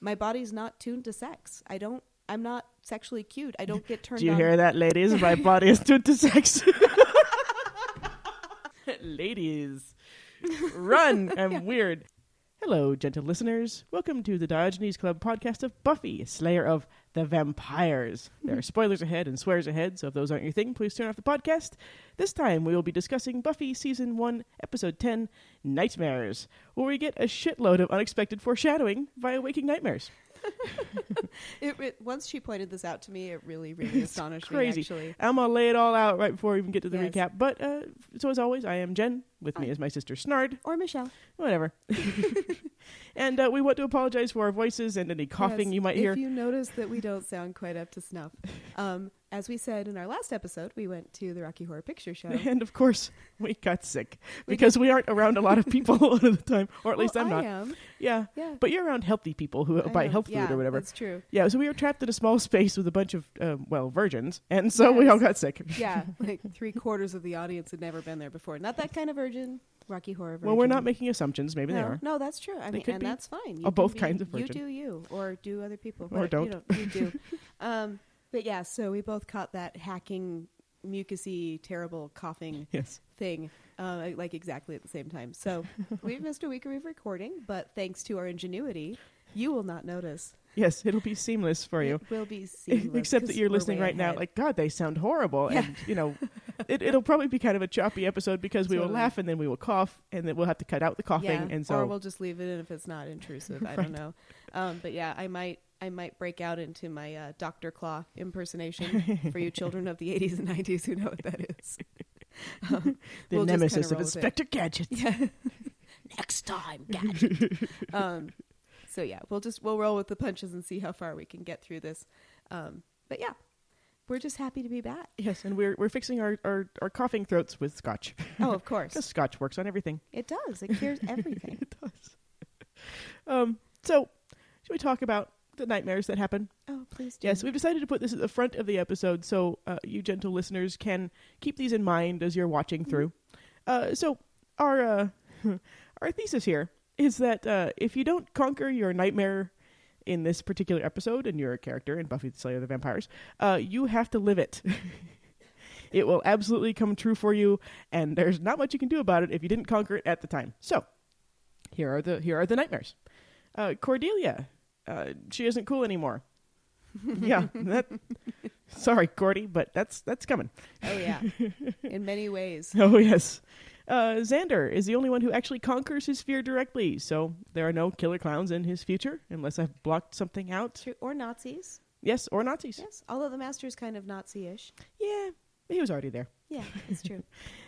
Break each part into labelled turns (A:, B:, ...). A: my body's not tuned to sex. I don't. I'm not sexually cute. I don't get turned.
B: Do you
A: on.
B: hear that, ladies? My body is tuned to sex. ladies, run. I'm weird. Hello, gentle listeners. Welcome to the Diogenes Club podcast of Buffy, Slayer of the Vampires. There are spoilers ahead and swears ahead, so if those aren't your thing, please turn off the podcast. This time we will be discussing Buffy Season 1, Episode 10, Nightmares, where we get a shitload of unexpected foreshadowing via Waking Nightmares.
A: It, it, once she pointed this out to me, it really, really astonished
B: crazy.
A: me. Actually,
B: I'm gonna lay it all out right before we even get to the
A: Yes.
B: recap. But uh, so as always, I am Jen. With me
A: Hi.
B: is my sister Snard.
A: or Michelle.
B: Whatever. and uh, we want to apologize for our voices and any coughing
A: Yes,
B: you might hear.
A: If you notice that we don't sound quite up to snuff, um, as we said in our last episode, we went to the Rocky Horror Picture Show.
B: And of course, we got sick
A: We
B: because we aren't around a lot of people a lot of the time, or at least
A: Well,
B: I'm
A: I
B: not.
A: am.
B: Yeah,
A: Yeah,
B: but you're around healthy people who
A: I
B: buy
A: am.
B: health food
A: Yeah,
B: or whatever.
A: That's true.
B: Yeah, so we were trapped in a small space with a bunch of um, well virgins, and so we all got sick.
A: Yeah, like three quarters of the audience had never been there before. Not that kind of virgin. Rocky Horror. Virgin.
B: Well, we're not making assumptions. Maybe
A: no,
B: they are.
A: No, that's true. I
B: They
A: mean,
B: could
A: and
B: be.
A: that's fine. You
B: Or
A: can
B: both
A: be-
B: kinds of virgin.
A: You do you, or do other people,
B: Or
A: Whatever, You, don't, you do. um, but yeah, so we both caught that hacking, mucusy, terrible coughing
B: Yes.
A: thing, uh, like exactly at the same time. So we've missed a week of recording, but thanks to our ingenuity, you will not notice.
B: Yes, it'll be seamless for you.
A: It will be seamless.
B: Except
A: 'cause
B: that you're
A: we're
B: listening
A: way
B: right now,
A: ahead.
B: like, God, they sound horrible. And, you know, it, it'll probably be kind of a choppy episode because we will
A: Totally.
B: laugh and then we will cough and then we'll have to cut out the coughing.
A: Yeah,
B: And
A: or
B: so,
A: we'll just leave it in if it's not intrusive. I
B: Right.
A: don't know. Um, but yeah, I might I might break out into my uh, Doctor Claw impersonation for you children of the 80s and 90s who know what that is. Um,
B: the
A: we'll just
B: nemesis
A: kinda
B: of
A: roll with it.
B: Inspector Gadget.
A: Yeah. Next time, gadget. um, so yeah, we'll just we'll roll with the punches and see how far we can get through this. Um, but yeah, we're just happy to be back.
B: Yes, and we're, we're fixing our, our, our coughing throats with scotch.
A: Oh, of course,
B: Because scotch works on everything.
A: it does. It cures everything.
B: It does. um, so, should we talk about the nightmares that happen?
A: Oh, please do.
B: Yes, we've decided to put this at the front of the episode so uh, you gentle listeners can keep these in mind as you're watching through. Uh, so our uh, our thesis here is that uh, if you don't conquer your nightmare in this particular episode, and you're a character in Buffy the Slayer of the Vampires, uh, you have to live it. it will absolutely come true for you, and there's not much you can do about it if you didn't conquer it at the time. So here are the here are the nightmares. Uh, Cordelia, uh, she isn't cool anymore. yeah, that. Sorry, Cordy, but that's that's coming.
A: Oh yeah, in many ways.
B: Oh yes, uh, Xander is the only one who actually conquers his fear directly. So there are no killer clowns in his future, unless I've blocked something out.
A: True. Or Nazis.
B: Yes, or Nazis.
A: Yes, although the master's kind of Nazi-ish.
B: Yeah, he was already there.
A: Yeah, it's true.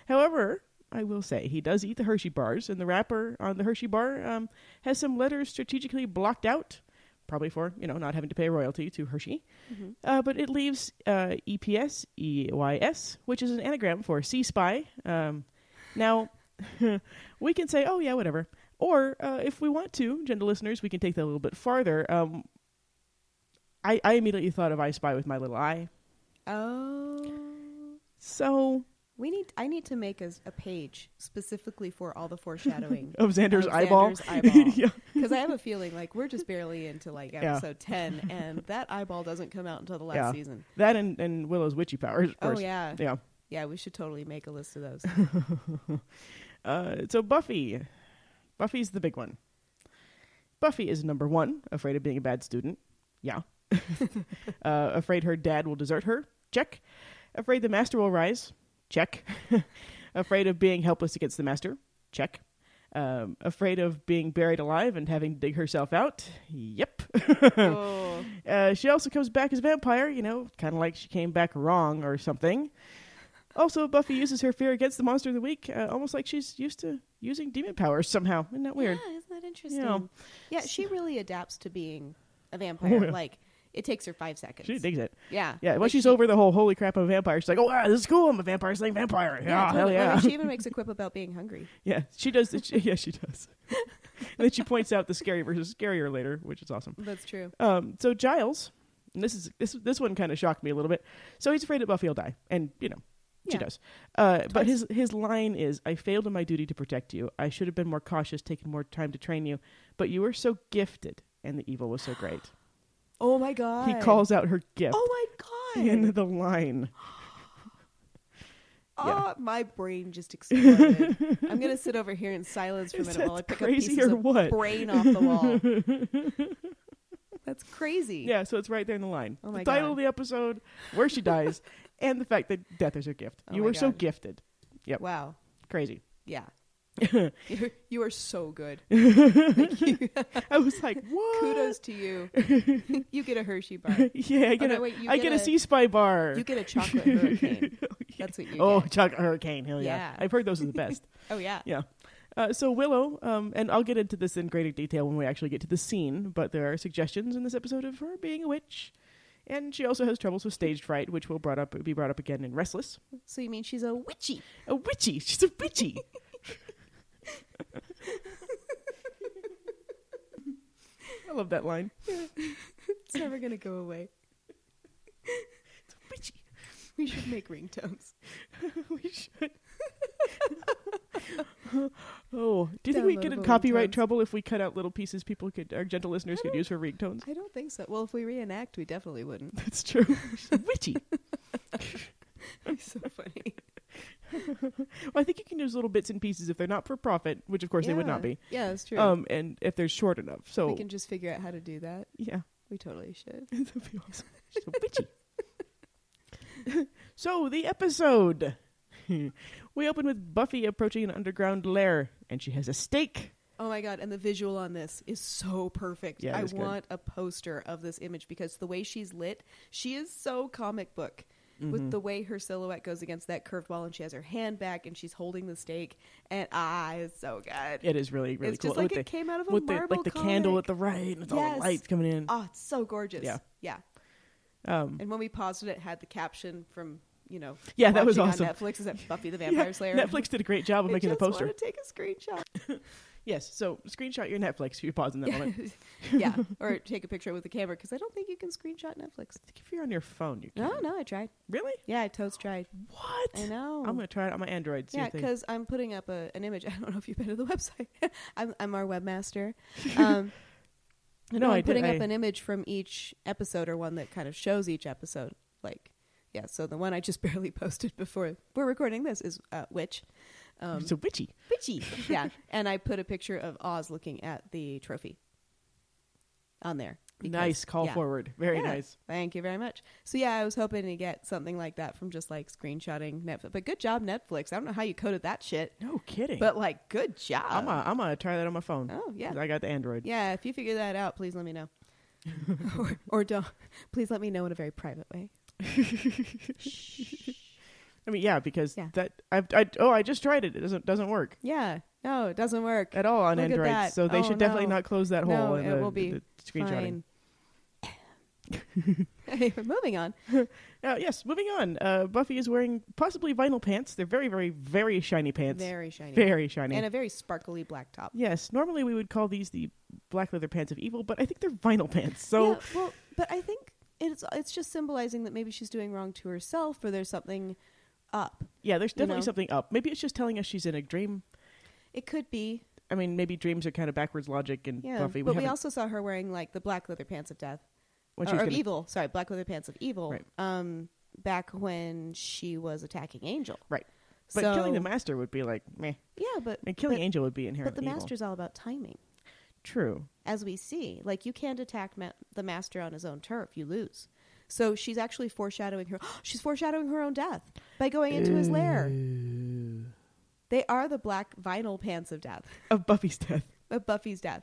B: However, I will say he does eat the Hershey bars, and the wrapper on the Hershey bar um, has some letters strategically blocked out, probably for you know not having to pay royalty to Hershey.
A: Mhm.
B: Uh, but it leaves uh, EPS EYS, E which is an anagram for C spy. Um, now we can say, oh yeah, whatever. Or uh, if we want to, gentle listeners, we can take that a little bit farther. Um, I, I immediately thought of I Spy with my little eye.
A: Oh,
B: So
A: we need. I need to make a, a page specifically for all the foreshadowing
B: of Xander's
A: Of
B: eyeball,
A: Xander's eyeball.
B: yeah.
A: because I have a feeling like we're just barely into like
B: Yeah.
A: episode ten, and that eyeball doesn't come out until the last
B: Yeah.
A: season.
B: That and, and Willow's witchy powers, of
A: Oh
B: course.
A: yeah. yeah,
B: yeah.
A: We should totally make a list of those.
B: Uh, so Buffy, Buffy's the big one. Buffy is number one, afraid of being a bad student. Yeah. uh, afraid her dad will desert her. Check. Afraid the master will rise. Check. afraid of being helpless against the master. Check. Um, afraid of being buried alive and having to dig herself out. Yep.
A: oh,
B: Uh, she also comes back as a vampire, you know, kind of like she came back wrong or something. Also, Buffy uses her fear against the monster of the week, uh, almost like she's used to using demon powers somehow. Isn't that weird?
A: Yeah, isn't that interesting?
B: know.
A: Yeah, she really adapts to being a vampire.
B: Oh, yeah.
A: Like it takes her five seconds.
B: She digs it.
A: yeah,
B: Yeah, once
A: Like,
B: she's
A: she-
B: over the whole holy crap I'm a vampire, she's like, oh, wow, this is cool. I'm a vampire slaying vampire. Yeah, hell
A: totally. Well,
B: yeah.
A: like, she even makes a quip about being hungry.
B: yeah, she does. The, she, yeah, she does. and then she points out the scary versus scarier later, which is awesome.
A: That's true.
B: Um, so Giles, and this is this this one kind of shocked me a little bit. So he's afraid that Buffy will die, and you know she
A: Yeah.
B: does. Uh, but
A: Twice.
B: his his line is, "I failed in my duty to protect you. I should have been more cautious, taken more time to train you. But you were so gifted. and the evil was so great.
A: Oh my god.
B: He calls out her gift
A: Oh my god.
B: in the line.
A: Ah, my brain just exploded. I'm gonna sit over here in silence for a
B: Is
A: minute while I
B: that
A: pick
B: crazy
A: up pieces
B: or
A: of
B: what?
A: brain off the wall. That's crazy.
B: Yeah, so it's right there in the line.
A: Oh
B: the
A: my
B: title
A: God.
B: of the episode, where she dies, and the fact that death is her gift.
A: Oh
B: you
A: my
B: were so
A: God.
B: gifted. Yep.
A: Wow.
B: Crazy.
A: Yeah. You're- you are so good.
B: I was like, what?
A: Kudos to you. you get a Hershey bar.
B: yeah, I
A: Oh,
B: get
A: no,
B: a,
A: wait, you
B: I
A: get
B: get a
A: a-
B: C Spy bar.
A: You get a chocolate hurricane. That's what you
B: oh,
A: get.
B: chocolate hurricane. Hell yeah.
A: Yeah.
B: I've heard those are the best.
A: Oh yeah.
B: yeah. Uh, so Willow, um, and I'll get into this in greater detail when we actually get to the scene, but there are suggestions in this episode of her being a witch. And she also has troubles with stage fright, which will brought up be brought up again in Restless.
A: So you mean she's a witchy?
B: A witchy. She's a witchy. I love that line.
A: It's never gonna go away.
B: Witchy.
A: We should make ringtones.
B: we should. oh, do you think we get in
A: Downloadable
B: copyright
A: ringtones.
B: trouble if we cut out little pieces people could, our gentle listeners could use for ringtones?
A: I don't think so. Well, if we reenact, we definitely wouldn't.
B: That's true. She's a witchy.
A: That'd be so funny.
B: Well, I think you can use little bits and pieces if they're not for profit, which of course they would not
A: Yeah.
B: be.
A: Yeah, that's true.
B: Um, and if they're short enough, so
A: we can just figure out how to do that.
B: yeah.
A: We totally should.
B: That'd be awesome. She's so bitchy. so the episode. we open with Buffy approaching an underground lair, and she has a stake.
A: Oh my god! And the visual on this is so perfect.
B: Yeah, it
A: I
B: is good.
A: want a poster of this image because the way she's lit, she is so comic book.
B: Mm-hmm.
A: With the way her silhouette goes against that curved wall, and she has her hand back, and she's holding the stake, and ah, it's so good.
B: It is really, really
A: it's
B: cool.
A: just like
B: with
A: it
B: the,
A: came out of a
B: with the
A: marble
B: like the candle
A: comic.
B: at the right, with all the
A: Yes.
B: lights coming in.
A: Oh, it's so gorgeous.
B: Yeah.
A: yeah.
B: Um,
A: And when we paused it, it had the caption from you know.
B: Yeah, that was
A: watching on
B: awesome.
A: Netflix is that Buffy the
B: yeah,
A: Vampire Slayer.
B: Netflix did a great job of
A: I
B: making the
A: just
B: poster.
A: want to take a screenshot.
B: Yes, so screenshot your Netflix. If you pause in that moment.
A: yeah, or take a picture with the camera because I don't think you can screenshot Netflix.
B: I think if you're on your phone, you can.
A: No, no, I tried.
B: Really?
A: Yeah, I toast tried.
B: What?
A: I know.
B: I'm gonna try it on my Android. See
A: yeah,
B: if they-
A: because I'm putting up a, an image. I don't know if you've been to the website. I'm, I'm our webmaster. Um,
B: no,
A: I'm
B: I did-
A: putting
B: I-
A: up an image from each episode or one that kind of shows each episode. Like, yeah, so the one I just barely posted before we're recording this is uh, Witch. Um,
B: it's a witchy.
A: witchy. yeah, and I put a picture of Oz looking at the trophy on there. because-
B: nice call
A: yeah.
B: forward. Very
A: Yeah.
B: nice.
A: Thank you very much. So yeah, I was hoping to get something like that from just like screenshotting Netflix. But good job, Netflix. I don't know how you coded that shit,
B: No kidding.
A: but like, good job.
B: I'm gonna I'm gonna try that on my phone.
A: Oh, yeah.
B: 'Cause I got the Android.
A: yeah, if you figure that out, please let me know. or, or don't. Please let me know in a very private way.
B: I mean, yeah, because
A: Yeah.
B: that I've I, oh I just tried it. It doesn't doesn't work
A: Yeah. No, it doesn't work.
B: at all on
A: Look at
B: Android.
A: that.
B: So they
A: Oh,
B: should definitely
A: no.
B: not close that hole.
A: No,
B: in
A: it
B: the,
A: will be
B: the screenshotting.
A: Fine. Moving on.
B: Uh, yes, moving on. Uh, Buffy is wearing possibly vinyl pants. They're very very very shiny pants.
A: Very shiny.
B: Very shiny.
A: And a very sparkly black top.
B: yes, normally we would call these the black leather pants of evil, but I think they're vinyl pants. So
A: yeah, well, but I think it's it's just symbolizing that maybe she's doing wrong to herself, or there's something up.
B: yeah, there's
A: You
B: definitely
A: know.
B: something up. Maybe it's just telling us she's in a dream.
A: It could be,
B: I mean, maybe dreams are kind of backwards logic and
A: yeah.
B: Buffy.
A: but we
B: haven't-
A: also saw her wearing like the black leather pants of death,
B: when
A: or,
B: she was
A: of
B: gonna-
A: evil. Sorry, black leather pants of evil.
B: Right.
A: Um, back when she was attacking Angel.
B: Right. But
A: So-
B: killing the master would be like meh.
A: Yeah, but
B: And killing
A: but,
B: Angel would be
A: but
B: inherently
A: the
B: evil.
A: master's all about timing,
B: True.
A: as we see. Like you can't attack ma- the master on his own turf; you lose. So she's actually foreshadowing her. she's foreshadowing her own death by going into his lair. They are the black vinyl pants of death.
B: Of Buffy's death.
A: of Buffy's death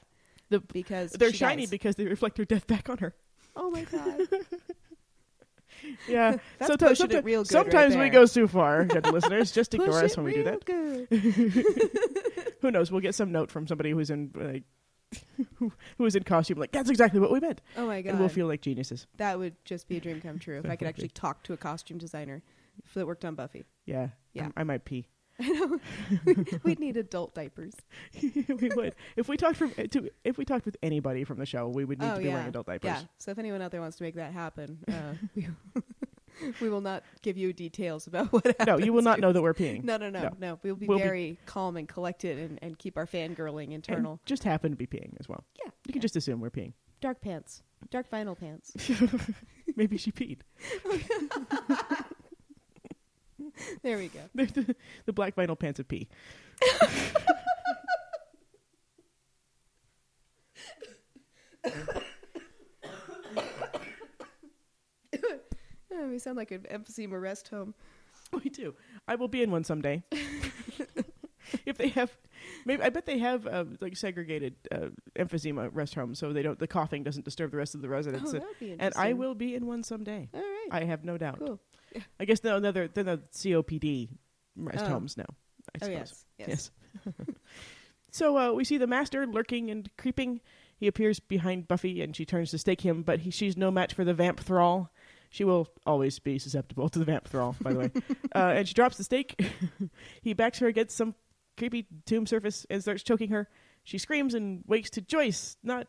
B: The,
A: because
B: they're
A: she
B: shiny
A: dies.
B: because they reflect her death back on her.
A: oh my god!
B: Yeah.
A: That's
B: Someti-
A: pushing it
B: someti-
A: real good right
B: sometimes we
A: there.
B: go too far, gentle listeners. Just
A: Push
B: ignore us
A: it
B: when we do
A: real
B: that.
A: good.
B: Who knows? We'll get some note from somebody who's in like who, who is in costume like that's exactly what we meant.
A: Oh my god!
B: And we'll feel like geniuses.
A: that would just be a dream come true if I
B: That
A: could
B: would
A: actually
B: be.
A: talk to a costume designer f- that worked on Buffy.
B: Yeah.
A: Yeah.
B: I, I might pee.
A: We'd need adult diapers.
B: we would. If we talked from to if we talked with anybody from the show, we would need
A: oh
B: to be
A: yeah,
B: wearing adult diapers.
A: yeah. So if anyone out there wants to make that happen, uh, we, we will not give you details about what. Happens.
B: No, you will not know that we're peeing.
A: No, no, no,
B: No.
A: no. We'll be
B: We'll be-
A: very calm and collected, and, and keep our fangirling
B: And
A: internal.
B: just happen to be peeing as well.
A: yeah,
B: You can just assume we're peeing.
A: Dark pants. Dark vinyl pants.
B: Maybe she peed.
A: There we go.
B: the the black vinyl pants of pee.
A: Oh, we sound like an emphysema rest home.
B: We do. I will be in one someday. if they have, maybe I bet they have uh, like segregated uh, emphysema rest homes, so they don't the coughing doesn't disturb the rest of the residents.
A: Oh,
B: And-
A: that would be interesting.
B: and I will be in one someday.
A: All right.
B: I have no doubt.
A: cool.
B: I guess no, another then the COPD rest
A: Oh.
B: homes now. I
A: Oh
B: suppose.
A: yes. Yes.
B: Yes. so uh, we see the master lurking and creeping. He appears behind Buffy, and she turns to stake him, but he, she's no match for the vamp thrall. She will always be susceptible to the vamp thrall, by the way. uh, and she drops the stake. he backs her against some creepy tomb surface and starts choking her. She screams and wakes to Joyce, not,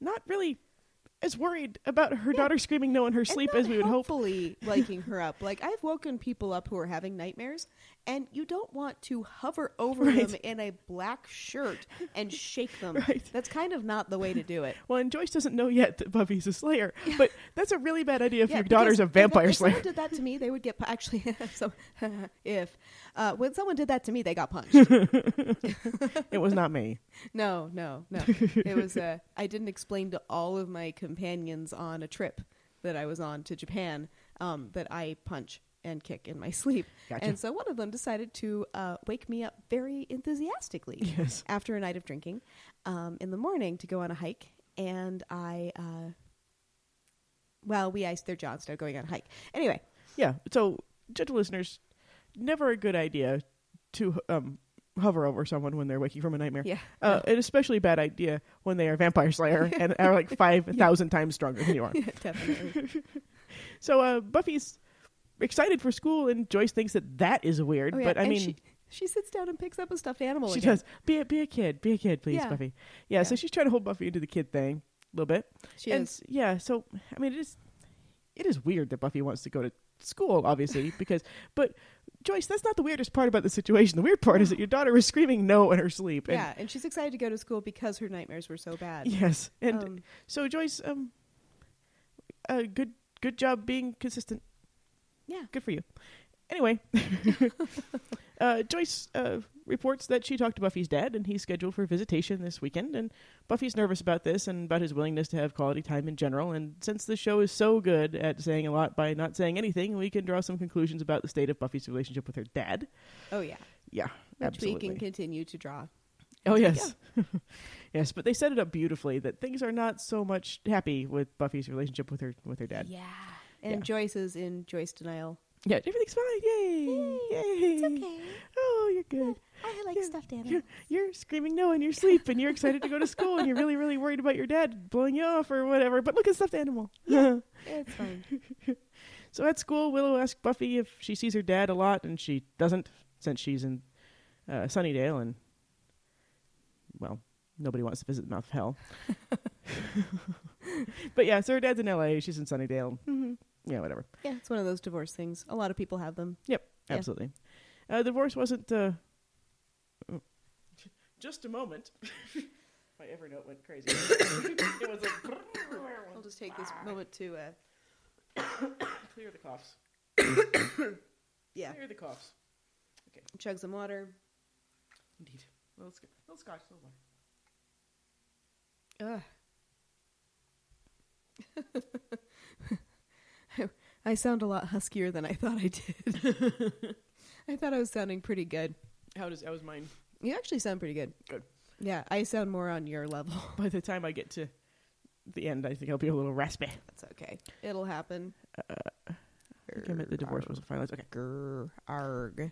B: not really as worried about her daughter screaming no in her
A: And
B: sleep
A: not
B: as we would hope.
A: helpfully liking her up. Like I've woken people up who are having nightmares, and you don't want to hover over
B: Right.
A: them in a black shirt and shake them.
B: Right.
A: That's kind of not the way to do it.
B: Well, and Joyce doesn't know yet that Buffy's a Slayer, but that's a really bad idea if
A: Yeah,
B: your daughter's a
A: because- because
B: vampire
A: if someone
B: Slayer.
A: did that to me, they would get pu- actually. so, if uh, when someone did that to me, they got punched.
B: it was not me.
A: no, no, no. It was. Uh, I didn't explain to all of my companions on a trip that I was on to Japan um, that I punch and kick in my sleep,
B: Gotcha.
A: and so one of them decided to uh, wake me up very enthusiastically
B: Yes.
A: after a night of drinking um, in the morning to go on a hike, and I. Uh, well, we iced their jaws out going on a hike. Anyway,
B: Yeah. So, gentle listeners, never a good idea to um, hover over someone when they're waking from a nightmare.
A: yeah.
B: Uh, An especially bad idea when they are vampire slayer and are like 5,000 times stronger than you are.
A: Definitely.
B: So, uh, Buffy's excited for school, and Joyce thinks that that is weird,
A: Oh, yeah.
B: but I
A: And
B: mean.
A: she, she sits down and picks up a stuffed animal.
B: She
A: again.
B: does. Be a, be a kid. Be a kid, please,
A: Yeah.
B: Buffy. Yeah, so
A: Yeah.
B: she's trying to hold Buffy into the kid thing a little bit.
A: She
B: and
A: is.
B: s- yeah, so I mean, it is it is weird that Buffy wants to go to school, obviously, because but Joyce, that's not the weirdest part about the situation. The weird part is that your daughter was screaming no in her sleep. And,
A: Yeah, and she's excited to go to school because her nightmares were so bad.
B: Yes, and
A: Um,
B: so Joyce, um, uh, good good job being consistent.
A: yeah.
B: Good for you. Anyway, uh, Joyce uh, reports that she talked to Buffy's dad, and he's scheduled for visitation this weekend. And Buffy's nervous about this and about his willingness to have quality time in general. And since the show is so good at saying a lot by not saying anything, we can draw some conclusions about the state of Buffy's relationship with her dad.
A: Oh yeah.
B: Yeah,
A: Which
B: absolutely.
A: we can continue to draw.
B: oh yes, yes. But they set it up beautifully that things are not so much happy with Buffy's relationship with her with her dad.
A: Yeah. And
B: Yeah.
A: Joyce is in Joyce denial.
B: Yeah, everything's fine. Yay! Yay!
C: It's okay.
B: Oh, you're good.
C: I like
B: Yeah.
C: stuffed
B: Yeah.
C: animals.
B: you're screaming no in your sleep and you're excited to go to school and you're really really worried about your dad blowing you off or whatever but look at stuffed animal
A: It's fine.
B: so at school willow asks buffy if she sees her dad a lot and she doesn't since she's in uh, sunnydale and well nobody wants to visit the mouth of hell but yeah so her dad's in la she's in sunnydale
A: Mhm.
B: yeah whatever
A: yeah, it's one of those divorce things. A lot of people have them. Yeah.
B: Absolutely. Uh, the divorce wasn't. Uh, oh. just a moment. My Evernote went crazy. it was like
A: I'll just take this moment to uh
B: clear the coughs.
A: yeah,
B: Clear the coughs.
A: chug some water.
B: Indeed. Little, sc- little scotch, little water.
A: Ugh. I sound a lot huskier than I thought I did. I thought I was sounding pretty good.
B: How does how is mine?
A: You actually sound pretty good.
B: Good.
A: Yeah, I sound more on your level.
B: By the time I get to the end, I think I'll be a little raspy.
A: That's okay. It'll happen.
B: I think I meant Uh, the divorce wasn't finalized. Okay.
A: Grr, arg.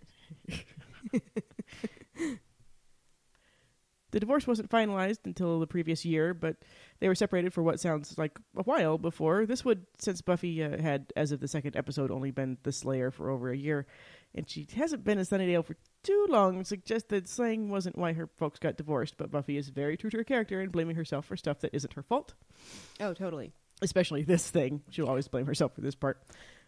B: The divorce wasn't finalized until the previous year, but they were separated for what sounds like a while before. This would, since Buffy uh, had, as of the second episode, only been the Slayer for over a year, and she hasn't been in Sunnydale for too long, suggests that slaying wasn't why her folks got divorced. But Buffy is very true to her character and blaming herself for stuff that isn't her fault,
A: Oh, totally.
B: especially this thing. She'll always blame herself for this part.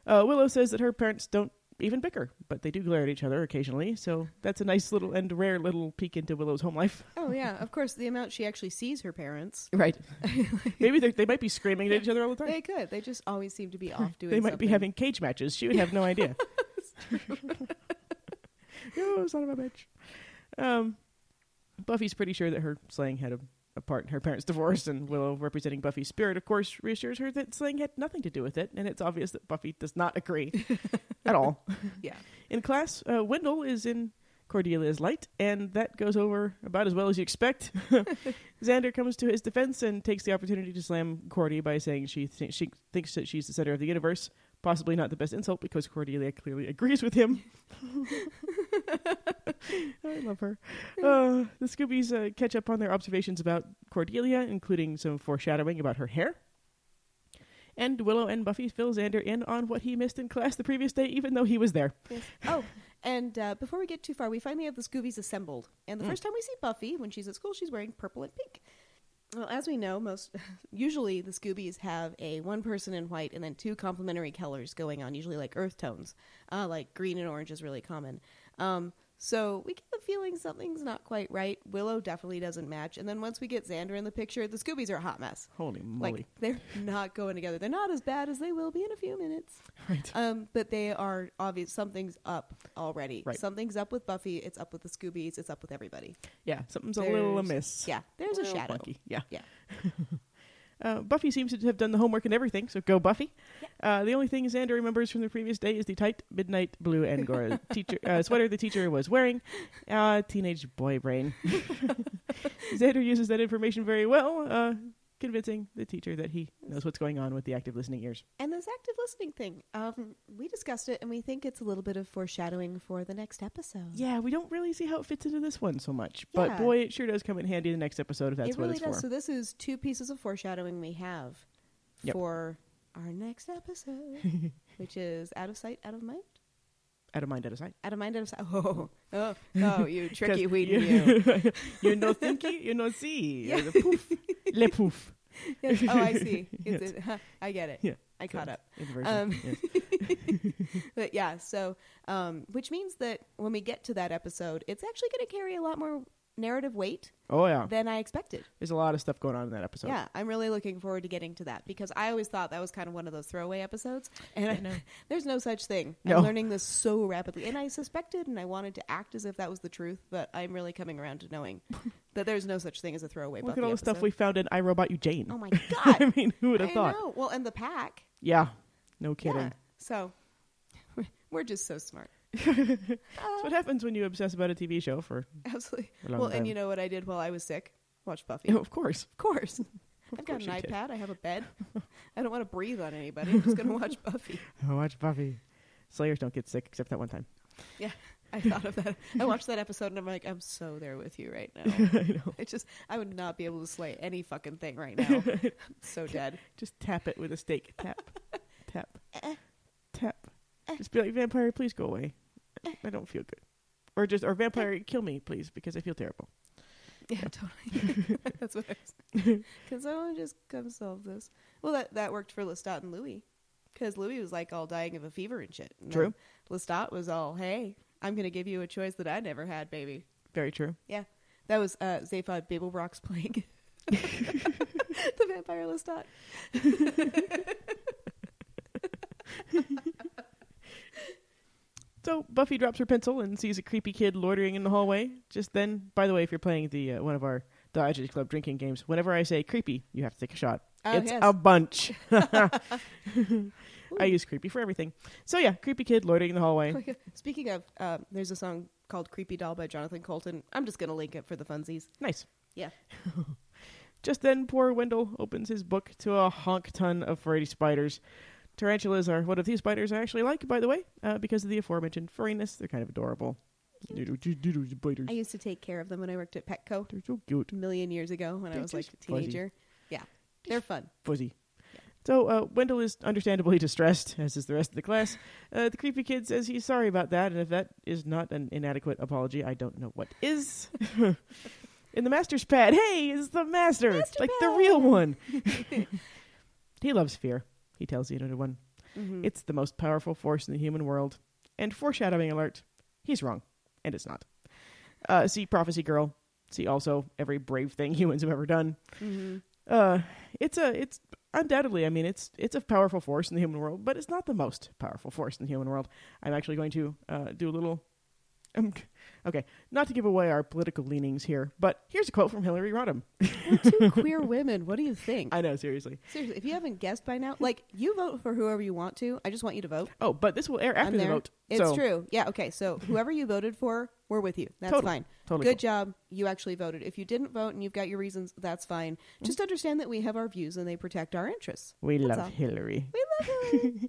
B: Uh, Willow says that her parents don't even bicker, but they do glare at each other occasionally. So that's a nice little and rare little peek into Willow's home life.
A: Oh yeah, of course. The amount she actually sees her parents,
B: Right. Maybe they're- they might be screaming at each other all the time.
A: they could. They just always seem to be off doing.
B: They might be
A: something.
B: having cage matches. She would have no idea. Yo, son of a bitch. Um, Buffy's pretty sure that her slaying had a, a part in her parents' divorce, and Willow, representing Buffy's spirit, of course, reassures her that slaying had nothing to do with it, and it's obvious that Buffy does not agree at all.
A: Yeah.
B: In class, uh, Wendell is in Cordelia's light, and that goes over about as well as you expect. Xander comes to his defense and takes the opportunity to slam Cordy by saying she th- she thinks that she's the center of the universe. Possibly not the best insult because Cordelia clearly agrees with him. I love her. Uh, the Scoobies uh, catch up on their observations about Cordelia, including some foreshadowing about her hair. And Willow and Buffy fill Xander in on what he missed in class the previous day, even though he was there.
A: Yes. Oh, and uh, before we get too far, we finally have the Scoobies assembled. And the
B: Mm.
A: first time we see Buffy, when she's at school, she's wearing purple and pink. Well, as we know, most usually the Scoobies have a one person in white and then two complementary colors going on, usually like earth tones, uh, like green and orange is really common. Um, so we get the feeling something's not quite right. Willow definitely doesn't match. And then once we get Xander in the picture, the Scoobies are a hot mess.
B: Holy moly!
A: Like they're not going together. They're not as bad as they will be in a few minutes.
B: right.
A: Um, but they are obvious. Something's up already.
B: Right.
A: Something's up with Buffy. It's up with the Scoobies. It's up with everybody.
B: Yeah, something's a little
A: there's-
B: amiss.
A: Yeah, there's a
B: Little
A: shadow.
B: funky, Yeah.
A: Yeah.
B: Uh, Buffy seems to have done the homework and everything, so go Buffy. Uh, the only thing Xander remembers from the previous day is the tight midnight blue Angora teacher uh, sweater the teacher was wearing. Uh, teenage boy brain. Xander uses that information very well, uh, convincing the teacher that he knows what's going on with the active listening ears.
A: And this active listening thing, um, we discussed it, and we think it's a little bit of foreshadowing for the next episode.
B: Yeah, we don't really see how it fits into this one so much,
A: Yeah.
B: but boy, it sure does come in handy in the next episode if that's
A: it really
B: what it's
A: does.
B: for.
A: So this is two pieces of foreshadowing we have
B: Yep.
A: for our next episode, which is out of sight, out of mind.
B: out of mind, out of sight.
A: Out of mind, out of sight. Oh, oh, oh you tricky
B: 'Cause
A: weedy you.
B: you. you know thinky, you know see.
A: Yeah.
B: The poof. Le poof.
A: Yes. Oh, I see. It's it. I get it.
B: Yeah.
A: I caught up.
B: Inversion.
A: Um,
B: yes.
A: But yeah, so um, which means that when we get to that episode, it's actually going to carry a lot more narrative weight
B: Oh, yeah.
A: than I expected.
B: There's a lot of stuff going on in that episode.
A: Yeah, I'm really looking forward to getting to that because I always thought that was kind of one of those throwaway episodes, and I know there's no such thing.
B: No.
A: I'm learning this so rapidly, and I suspected and I wanted to act as if that was the truth, but I'm really coming around to knowing that there's no such thing as a throwaway.
B: Look
A: Buffy
B: at all the stuff
A: episode.
B: we found in I Robot You Jane.
A: Oh my god!
B: I mean, who would have
A: I
B: thought?
A: know. Well, and the pack.
B: Yeah. No kidding.
A: Yeah. So we're just so smart.
B: That's what happens when you obsess about a TV show for,
A: Absolutely.
B: a long
A: Well,
B: time.
A: and you know what I did while I was sick? Watch Buffy.
B: Oh, of course.
A: Of course. I've got
B: course
A: an
B: you did.
A: iPad. I have a bed. I don't want to breathe on anybody. I'm just going to watch Buffy.
B: Oh, watch Buffy. Slayers don't get sick except that one time.
A: I thought of that. I watched that episode and I'm like, I'm so there with you right now.
B: I know.
A: It's just, I would not be able to slay any fucking thing right now. I'm so dead.
B: Just tap it with a stake. Tap, tap,
A: Eh.
B: tap. Just be like, vampire, please go away.
A: Eh.
B: I don't feel good. Or just, or vampire, kill me, please, because I feel terrible.
A: Yeah, totally. That's what I was. Can someone just come solve this? Well, that that worked for Lestat and Louis, because Louis was like all dying of a fever and shit. And
B: True.
A: then Lestat was all, "Hey, I'm gonna give you a choice that I never had, baby."
B: Very true.
A: Yeah, that was uh, Zaphod Babelbrock's playing the vampire Lestat.
B: So Buffy drops her pencil and sees a creepy kid loitering in the hallway. Just then, by the way, if you're playing the uh, one of our Dodgers Club drinking games, whenever I say creepy, you have to take a shot.
A: Oh,
B: it's
A: yes.
B: a bunch. I use creepy for everything. So yeah, creepy kid loitering in the hallway.
A: Speaking of, um, there's a song called "Creepy Doll" by Jonathan Colton. I'm just gonna link it for the funsies.
B: Nice.
A: Yeah.
B: Just then, poor Wendell opens his book to a honk ton of furry spiders. Tarantulas are one of these spiders I actually like, by the way, uh, because of the aforementioned furriness. They're kind of adorable. Doodle, doodle, doodle, spiders.
A: I used to take care of them when I worked at Petco.
B: They're so cute.
A: million years ago when I
B: They're
A: was like
B: just
A: a teenager. Yeah, they're fun.
B: fuzzy. So uh, Wendell is understandably distressed, as is the rest of the class. Uh, the creepy kid says he's sorry about that, and if that is not an inadequate apology, I don't know what is. In the master's pad, hey, is the master,
A: Master
B: like the
A: pad.
B: real one. he loves fear. He tells the another one,
A: Mhm.
B: it's the most powerful force in the human world, And foreshadowing alert, he's wrong, and it's not. Uh, see Prophecy Girl. See also every brave thing humans have ever done.
A: Mm-hmm.
B: Uh, it's a it's undoubtedly. I mean, it's it's a powerful force in the human world, but it's not the most powerful force in the human world. I'm actually going to uh, do a little. Um, okay, not to give away our political leanings here, but here's a quote from Hillary Rodham.
A: We're two queer women. What do you think?
B: I know, seriously.
A: Seriously, if you haven't guessed by now, like you vote for whoever you want to. I just want you to vote.
B: Oh, but this will air
A: I'm
B: after the
A: there.
B: vote.
A: It's
B: so-
A: true. Yeah. Okay. So whoever you voted for, we're with you. That's
B: Totally.
A: fine.
B: Totally
A: Good job. You actually voted. If you didn't vote and you've got your reasons, that's fine. Just understand that we have our views and they protect our interests.
B: We
A: That's
B: love
A: all.
B: Hillary.
A: We love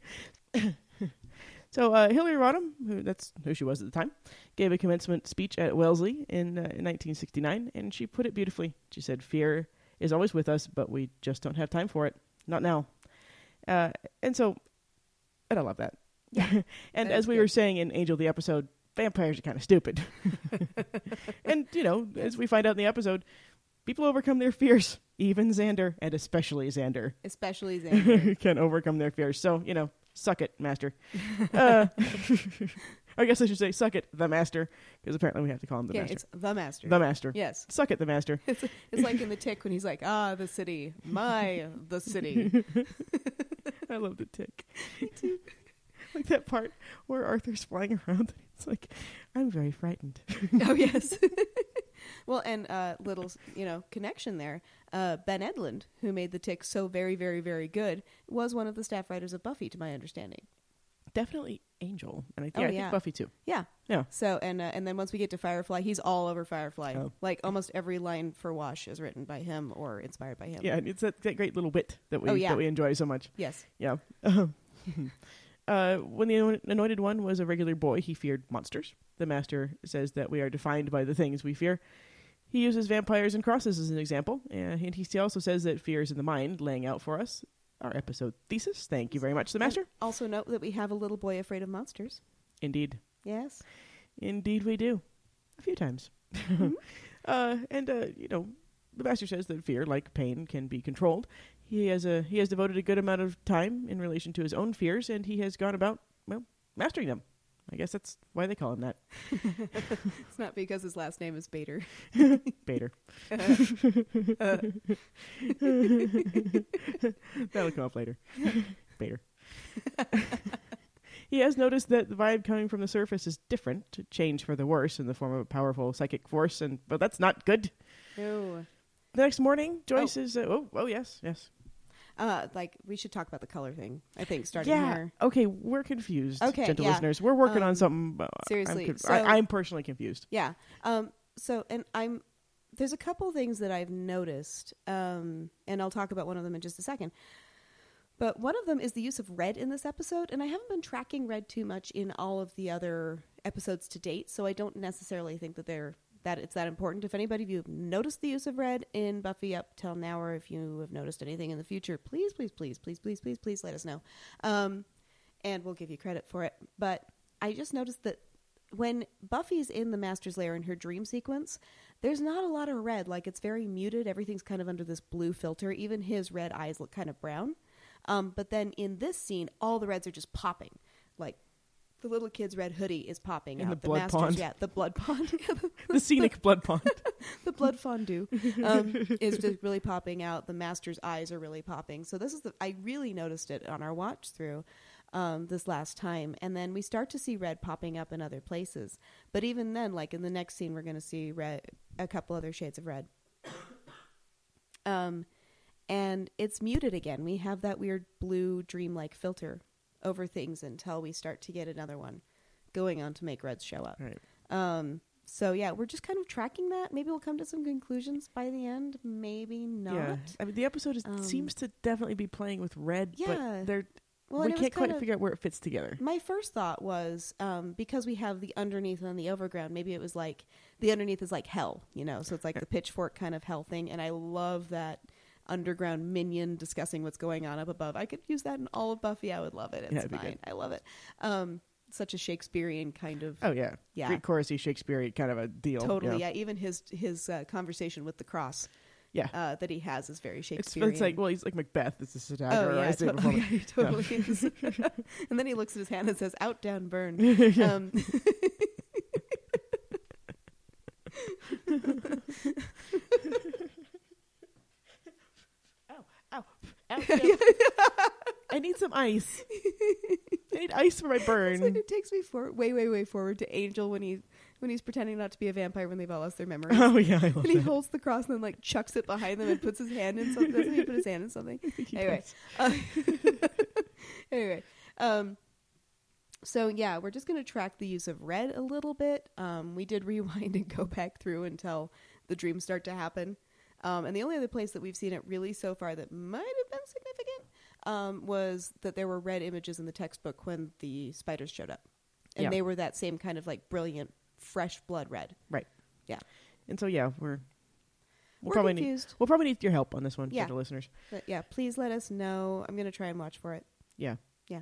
A: her.
B: So uh, Hillary Rodham, who that's who she was at the time, gave a commencement speech at Wellesley in, uh, in 1969, and she put it beautifully. She said, "Fear is always with us, but we just don't have time for it. Not now." Uh, and so, and I love that. and
A: That
B: as
A: is
B: we
A: good.
B: were saying in Angel the episode, vampires are kind of stupid. and you know, as we find out in the episode, people overcome their fears. Even Xander, and especially Xander.
A: Especially Xander.
B: can overcome their fears. So, you know, suck it, master. Uh, I guess I should say, suck it, the master, because apparently we have to call him the
A: yeah,
B: master.
A: it's the master.
B: The master.
A: yes.
B: Suck it, the master.
A: It's, it's like in the tick when he's like, ah, the city, my, the city.
B: I love the tick. like that part where Arthur's flying around. It's like, I'm very frightened.
A: oh, yes. well, and uh, little, you know, connection there. Uh, ben Edlund, who made the tick so very, very, very good, was one of the staff writers of Buffy, to my understanding.
B: Definitely Angel. And I,
A: Oh,
B: yeah, I
A: yeah.
B: think Buffy too.
A: Yeah.
B: Yeah.
A: So and uh, and then once we get to Firefly, he's all over Firefly.
B: Oh.
A: Like almost every line for Wash is written by him or inspired by him.
B: Yeah, and it's that, that great little wit that we,
A: Oh, yeah.
B: that we enjoy so much.
A: Yes.
B: Yeah. uh, when the anointed one was a regular boy, he feared monsters. The master says that we are defined by the things we fear. He uses vampires and crosses as an example, and he- he also says that fear is in the mind, laying out for us our episode thesis. Thank you very much, the master.
A: And also note that we have a little boy afraid of monsters.
B: Indeed,
A: Yes.
B: indeed, we do a few times. uh, and uh, you know, the master says that fear, like pain, can be controlled. He has a he has devoted a good amount of time in relation to his own fears, and he has gone about well mastering them. I guess that's why they call him that,
A: It's not because his last name is Bader.
B: Bader. That'll come up later, Bader. he has noticed that the vibe coming from the surface is different, to change for the worse in the form of a powerful psychic force, and but that's not good.
A: No.
B: The next morning, Joyce is. Uh, oh, oh, yes, yes.
A: Uh, like we should talk about the color thing. I think starting here.
B: Okay, we're confused.
A: Okay,
B: gentle
A: yeah.
B: listeners, we're working
A: Um,
B: on something. but
A: seriously,
B: I'm, conf-
A: so-
B: I, I'm personally confused.
A: Yeah. Um, so, and I'm there's a couple things that I've noticed, um, and I'll talk about one of them in just a second. But one of them is the use of red in this episode, and I haven't been tracking red too much in all of the other episodes to date, so I don't necessarily think that they're that it's that important. If anybody of you have noticed the use of red in Buffy up till now, or if you have noticed anything in the future, please, please, please, please, please, please, please let us know. Um, and we'll give you credit for it. But I just noticed that when Buffy's in the Master's Lair in her dream sequence, there's not a lot of red. Like it's very muted. Everything's kind of under this blue filter. Even his red eyes look kind of brown. Um, but then in this scene, all the reds are just popping. Like the little kid's red hoodie is popping
B: And
A: out.
B: the blood
A: Master's,
B: pond.
A: yeah, the blood pond.
B: The scenic blood pond.
A: the blood fondue um, is just really popping out. The master's eyes are really popping. So this is the I really noticed it on our watch through um, this last time, and then we start to see red popping up in other places. But even then, like in the next scene, we're going to see red, a couple other shades of red. Um, and it's muted again. We have that weird blue dreamlike filter over things until we start to get another one going on to make reds show up.
B: All right.
A: Um, so yeah, we're just kind of tracking that. Maybe we'll come to some conclusions by the end. Maybe not.
B: Yeah, I mean the episode is,
A: Um,
B: seems to definitely be playing with red,
A: Yeah.
B: but they're,
A: Well,
B: we
A: and it was
B: can't quite
A: kind of-
B: figure out where it fits together.
A: My first thought was um, because we have the underneath and the overground. Maybe it was like the underneath is like hell, you know. So it's like the pitchfork kind of hell thing. And I love that underground minion discussing what's going on up above. I could use that in all of Buffy. I would love it. It's
B: Yeah, it'd be
A: fine.
B: good.
A: I love it. Um, such a Shakespearean kind of
B: Oh yeah,
A: Yeah.
B: Greek chorusy Shakespearean kind of a deal.
A: totally. Yeah. even his his uh, conversation with the cross
B: Yeah.
A: uh, that he has is very
B: It's,
A: Shakespearean.
B: it's like well, he's like Macbeth. This is a
A: oh yeah,
B: satirized
A: to- oh, yeah,
B: performance.
A: he totally. is. and then he looks at his hand and says, "Out, down, burn." Um,
B: I need some ice. I need ice for my burn.
A: It's like it takes me for- way, way, way forward to Angel when he when he's pretending not to be a vampire when they've all lost their memory.
B: oh yeah, I love
A: and he
B: that.
A: holds the cross and then like chucks it behind them and puts his hand in something. Doesn't he put his hand in something? anyway, uh, anyway, um, so yeah, we're just going to track the use of red a little bit. Um, we did rewind and go back through until the dreams start to happen. Um, and the only other place that we've seen it really so far that might have been significant um, was that there were red images in the textbook when the spiders showed up, and
B: Yeah.
A: they were that same kind of like brilliant, fresh blood red.
B: Right.
A: Yeah.
B: And so yeah, we're we'll
A: We're
B: probably
A: confused.
B: need we'll probably need your help on this one,
A: Yeah.
B: gentle listeners.
A: But yeah, please let us know. I'm going to try and watch for it.
B: Yeah.
A: Yeah.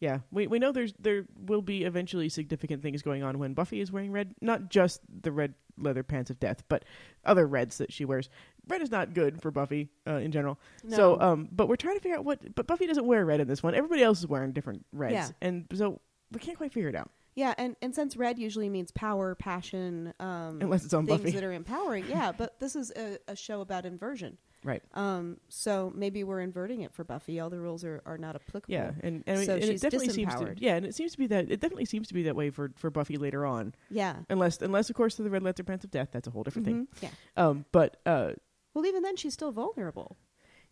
B: Yeah. We we know there's there will be eventually significant things going on when Buffy is wearing red, not just the red leather pants of death, but other reds that she wears. Red is not good for Buffy uh, in general. So um but we're trying to figure out what but Buffy doesn't wear red in this one. Everybody else is wearing different reds.
A: Yeah.
B: And so we can't quite figure it out
A: Yeah, and, and since red usually means power, passion, um,
B: unless it's on
A: things
B: Buffy.
A: that are empowering. Yeah, but this is a, a show about inversion.
B: right.
A: Um, so maybe we're inverting it for Buffy. All the rules are, are not applicable.
B: Yeah, and, and,
A: So
B: and it
A: she's
B: definitely seems to
A: disempowered.
B: yeah, and it seems to be that it definitely seems to be that way for for Buffy later on,
A: Yeah.
B: unless unless of course the red leather pants of death. That's a whole different
A: Mhm.
B: thing.
A: Yeah.
B: Um, but uh,
A: Well, even then, she's still vulnerable.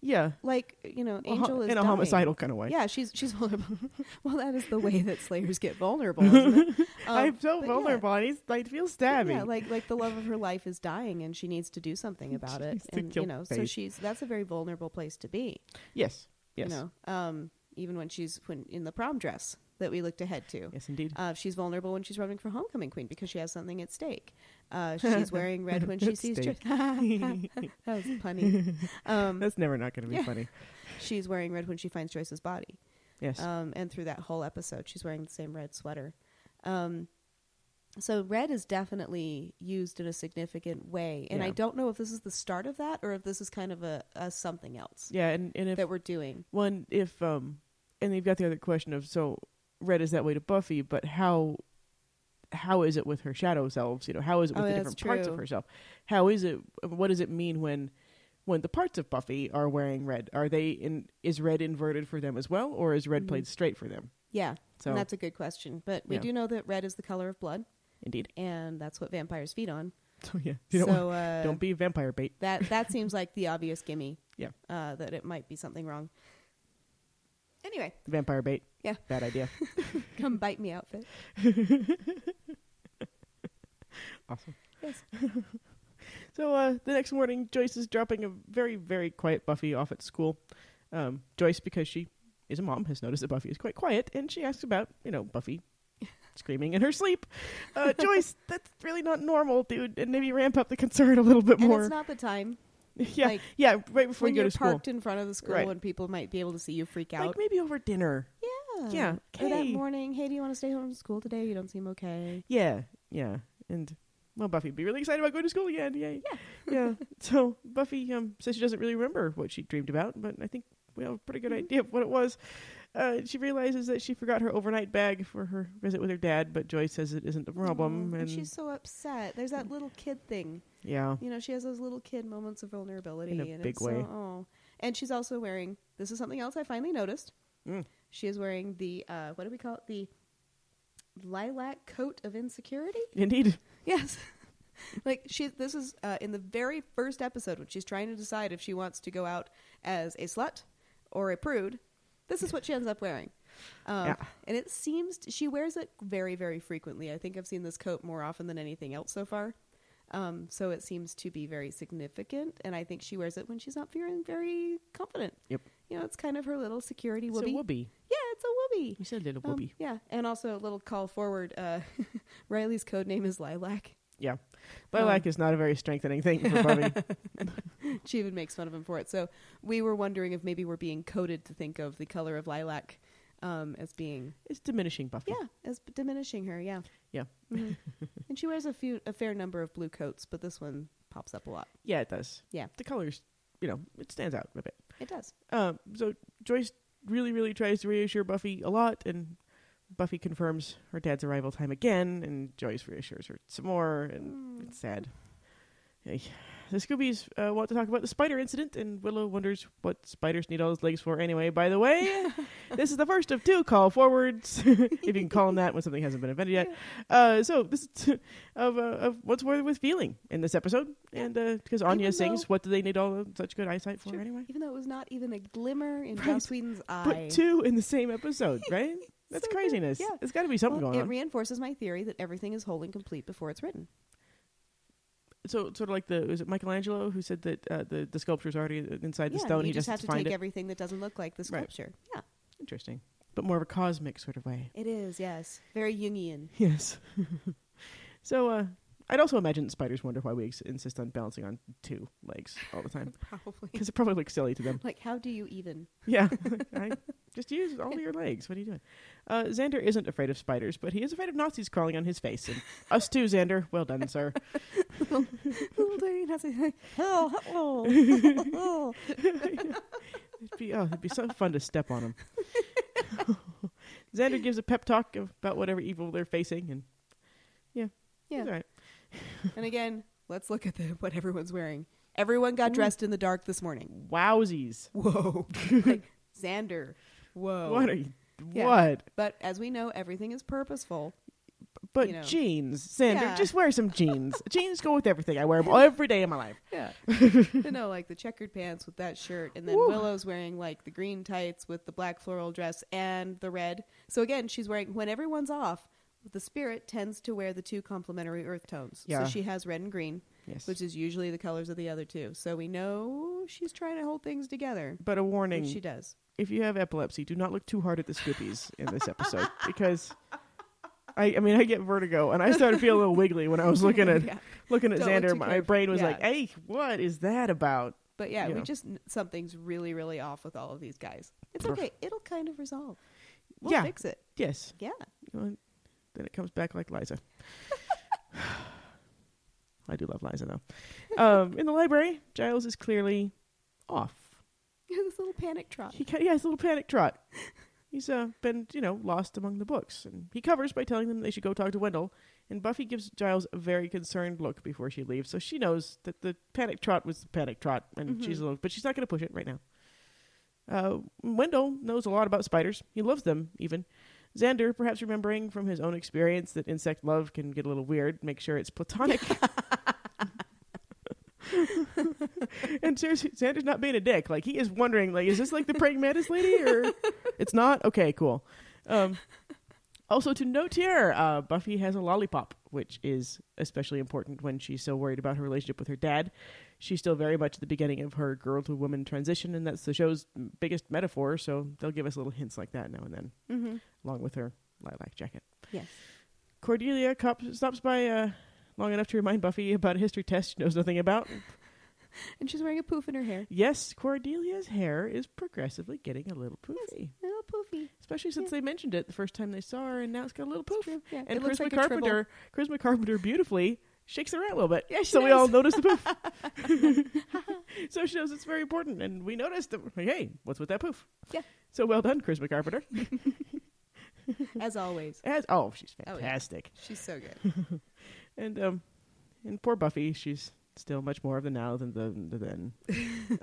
B: yeah,
A: Like you know,
B: a ho-
A: Angel is
B: in a
A: dying.
B: homicidal kind of way.
A: Yeah, she's she's vulnerable. well, that is the way that Slayers get vulnerable. Isn't it? Um,
B: I'm
A: but
B: so
A: yeah.
B: vulnerable. I need- I feel
A: But
B: stabby.
A: Yeah, like like the love of her life is dying, and she needs to do something about it.
B: needs to
A: And you
B: kill
A: know, so
B: Faith.
A: she's that's a very vulnerable place to be.
B: yes,
A: you
B: yes,
A: know um, even when she's when in the prom dress that we looked ahead to
B: yes, indeed.
A: uh, she's vulnerable when she's running for homecoming queen because she has something at stake uh, she's wearing red when she
B: At
A: sees
B: stake.
A: Joyce that was funny Uh, um,
B: That's never not going to be
A: yeah.
B: funny.
A: she's wearing red when she finds joyce's body
B: Yes,
A: um, and through that whole episode she's wearing the same red sweater um, so red is definitely used in a significant way and i
B: Yeah.
A: don't know if this is the start of that or if this is kind of a, a something else
B: yeah, and and if
A: that we're doing
B: one if um, and they've got the other question of so red is that way to Buffy, but how how is it with her shadow selves? You know, how is it with
A: Oh,
B: the
A: that's
B: different parts of
A: true.
B: herself? How is it? What does it mean when? When the parts of Buffy are wearing red, are they in? Is red inverted for them as well, or is red
A: Mhm.
B: played straight for them?
A: yeah
B: So
A: and that's a good question. But we
B: Yeah.
A: do know that red is the color of blood,
B: indeed,
A: and that's what vampires feed on.
B: so yeah, you don't,
A: so uh,
B: don't be vampire bait.
A: that that seems like the obvious gimme.
B: Yeah.
A: uh, that it might be something wrong. Anyway,
B: Vampire bait.
A: Yeah.
B: Bad idea.
A: come bite me, outfit.
B: awesome.
A: Yes.
B: So uh, the next morning, Joyce is dropping a very, very quiet Buffy off at school. Um, Joyce, because she is a mom, has noticed that Buffy is quite quiet, and she asks about, you know, Buffy screaming in her sleep. Uh, Joyce, that's really not normal, dude, and maybe ramp up the concern a little bit
A: And
B: more.
A: it's not the time
B: yeah,
A: like,
B: yeah, right before
A: when
B: you go
A: you're
B: to school.
A: parked in front of the school
B: Right.
A: and people might be able to see you freak out. Um,
B: Like maybe over dinner. yeah,
A: Or that
B: okay.
A: morning, hey, do you want to stay home from school today? You don't seem okay.
B: Yeah, yeah, and well, Buffy would be really excited about going to school again. Yay! Yeah, yeah. so Buffy um, says she doesn't really remember what she dreamed about, but I think we have a pretty good
A: Mm-hmm.
B: idea of what it was. Uh, she realizes that she forgot her overnight bag for her visit with her dad, but Joyce says it isn't a problem,
A: Aw,
B: and,
A: and she's so upset. There's that little kid thing.
B: yeah,
A: You know, she has those little kid moments of vulnerability
B: In a
A: and
B: big
A: it's
B: way.
A: So, oh. And she's also wearing this is something else I finally noticed.
B: Mm.
A: She is wearing the uh, what do we call it? The lilac coat of insecurity?
B: indeed,
A: Yes. like she this is uh, in the very first episode when she's trying to decide if she wants to go out as a slut or a prude. This is what she ends up wearing. Um,
B: Yeah.
A: And it seems t- she wears it very, very frequently. I think I've seen this coat more often than anything else so far. Um, so it seems to be very significant. And I think she wears it when she's not feeling very confident.
B: Yep.
A: You know, it's kind of her little security
B: so
A: whoopee.
B: Whoopi,
A: yeah, it's a whoopee.
B: you said little
A: Um,
B: Whoopi,
A: yeah. And also a little call forward. Uh, Riley's code name is Lilac.
B: yeah.
A: um,
B: Lilac is not a very strengthening thing for Buffy.
A: she even makes fun of him for it. So we were wondering if maybe we're being coded to think of the color of lilac um, as being
B: it's diminishing Buffy.
A: yeah as diminishing her. Yeah, Mm-hmm.
B: Yeah.
A: Mhm. and she wears a few a fair number of blue coats, but this one pops up a lot.
B: Yeah, it does.
A: Yeah.
B: The colors, you know, it stands out a bit.
A: It does.
B: Um, so Joyce really, really tries to reassure Buffy a lot, and Buffy confirms her dad's arrival time again, and Joyce reassures her some more, and
A: Mm.
B: it's sad. Hey. The Scoobies uh, want to talk about the spider incident, and Willow wonders what spiders need all his legs for anyway. By the way, this is the first of two call forwards, if you can call them that when something hasn't been invented yet. Uh, so this is of, uh, of what's more with feeling in this episode, and because Anya
A: Even
B: sings,
A: though-
B: "What do they need all of such good eyesight for
A: Sure.
B: anyway?"
A: Even though it was not even a glimmer in
B: Right.
A: Joss Whedon's eye.
B: But two in the same episode, right? That's
A: So good.
B: craziness.
A: Yeah.
B: There's got to be something
A: Well,
B: going
A: it
B: on.
A: reinforces my theory that everything is whole and complete before it's written.
B: so sort of like the was it Michelangelo who said that uh, the the sculpture's already inside the
A: yeah,
B: stone.
A: you
B: he
A: just have to
B: find
A: take
B: it.
A: everything that doesn't look like the
B: Right.
A: sculpture.
B: Interesting, but more of a cosmic sort of way.
A: Yeah, it is. Yes, very Jungian.
B: Yes. so uh, I'd also imagine that spiders wonder why we ex- insist on balancing on two legs all the time
A: Probably.
B: because it probably looks silly to them.
A: Like, how do you even?
B: Yeah. I, just use all your legs. What are you doing? Uh, Xander isn't afraid of spiders, but he is afraid of Nazis crawling on his face. And us too, Xander. Well done, sir.
A: Little tiny Nazi- oh, oh, oh, oh.
B: It'd be, oh, it'd be so fun to step on him. Xander gives a pep talk about whatever evil they're facing, and yeah,
A: Yeah.
B: he's all right.
A: And again, let's look at the, what everyone's wearing. Everyone got
B: Ooh.
A: dressed in the dark this morning.
B: Wowsies!
A: Whoa. like, Xander. Whoa.
B: What are you?
A: Yeah.
B: What?
A: But as we know, everything is purposeful.
B: But
A: You know.
B: jeans, Xander,
A: Yeah.
B: just wear some jeans. jeans go with everything. I wear them every day of my life.
A: Yeah. you know, like the checkered pants with that shirt, and then
B: Woo.
A: Willow's wearing like the green tights with the black floral dress and the red. So again, she's wearing when everyone's off, the spirit tends to wear the two complementary earth tones.
B: Yeah.
A: So she has red and green,
B: Yes.
A: which is usually the colors of the other two. So we know she's trying to hold things together.
B: but a warning:
A: Which she does.
B: if you have epilepsy, do not look too hard at the Scoopies in this episode because. I, I mean, I get vertigo, and I started feeling a little wiggly when I was looking at
A: Yeah.
B: looking at
A: Don't look
B: Xander.
A: too
B: My
A: careful.
B: brain was
A: Yeah.
B: like, "Hey, what is that about?"
A: But yeah,
B: Yeah.
A: we just something's really, really off with all of these guys. It's
B: Perf-
A: okay. It'll kind of resolve. We'll
B: Yeah.
A: fix it.
B: Yes,
A: Yeah.
B: You know, then it comes back like Liza. I do love Liza though. Um, in the library, Giles is clearly off.
A: this little panic trot.
B: He, ca- he has a little panic trot. He's uh, been, you know, lost among the books, and he covers by telling them they should go talk to Wendell. And Buffy gives Giles a very concerned look before she leaves, so she knows that the panic trot was the panic trot, and
A: Mhm.
B: she's alone, but she's not going to push it right now. Uh, Wendell knows a lot about spiders. He loves them, even. Xander, perhaps remembering from his own experience that insect love can get a little weird, make sure it's platonic. and seriously, Xander's not being a dick. Like he is wondering, like, is this like the praying mantis lady, or it's not? Okay, cool. Um, also, to note here, uh, Buffy has a lollipop, which is especially important when she's so worried about her relationship with her dad. She's still very much at the beginning of her girl to woman transition, and that's the show's biggest metaphor. So they'll give us little hints like that now and then,
A: Mm-hmm.
B: along with her lilac jacket.
A: Yes.
B: Cordelia cop- stops by uh, long enough to remind Buffy about a history test she knows nothing about.
A: And she's wearing a poof in her hair.
B: Yes, Cordelia's hair is progressively getting a little poofy,
A: A little poofy.
B: especially since they mentioned it the first time they saw her, and now it's got a little poof.
A: Yeah,
B: And
A: it looks
B: Charisma
A: like a tribble.
B: Carpenter, Charisma Carpenter, beautifully shakes her out a little bit.
A: Yeah, she
B: so we
A: does.
B: all notice the poof. so she knows it's very important, and we noticed that. Like, hey, what's with that poof?
A: Yeah.
B: So well done, Charisma Carpenter.
A: As always,
B: As oh, she's
A: Oh, yeah.
B: fantastic.
A: she's so good.
B: And um, and poor Buffy, she's still much more of the now than the, the then.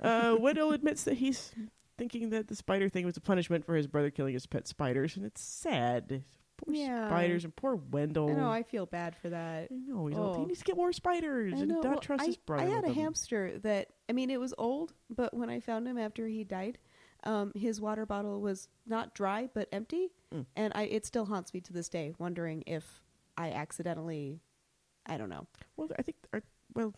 B: uh, Widow admits that he's thinking that the spider thing was a punishment for his brother killing his pet spiders, and it's sad. Poor
A: Yeah.
B: spiders and poor Wendell.
A: I know. I feel bad for that.
B: I know, he's all, he
A: Oh.
B: needs to get more spiders
A: I
B: and
A: know.
B: not
A: Well,
B: trust
A: I,
B: his brother.
A: I had
B: with
A: a
B: them.
A: hamster that I mean, it was old, but when I found him after he died, um, his water bottle was not dry but empty,
B: Mm.
A: and I it still haunts me to this day, wondering if I accidentally, I don't know.
B: Well, I think are, well,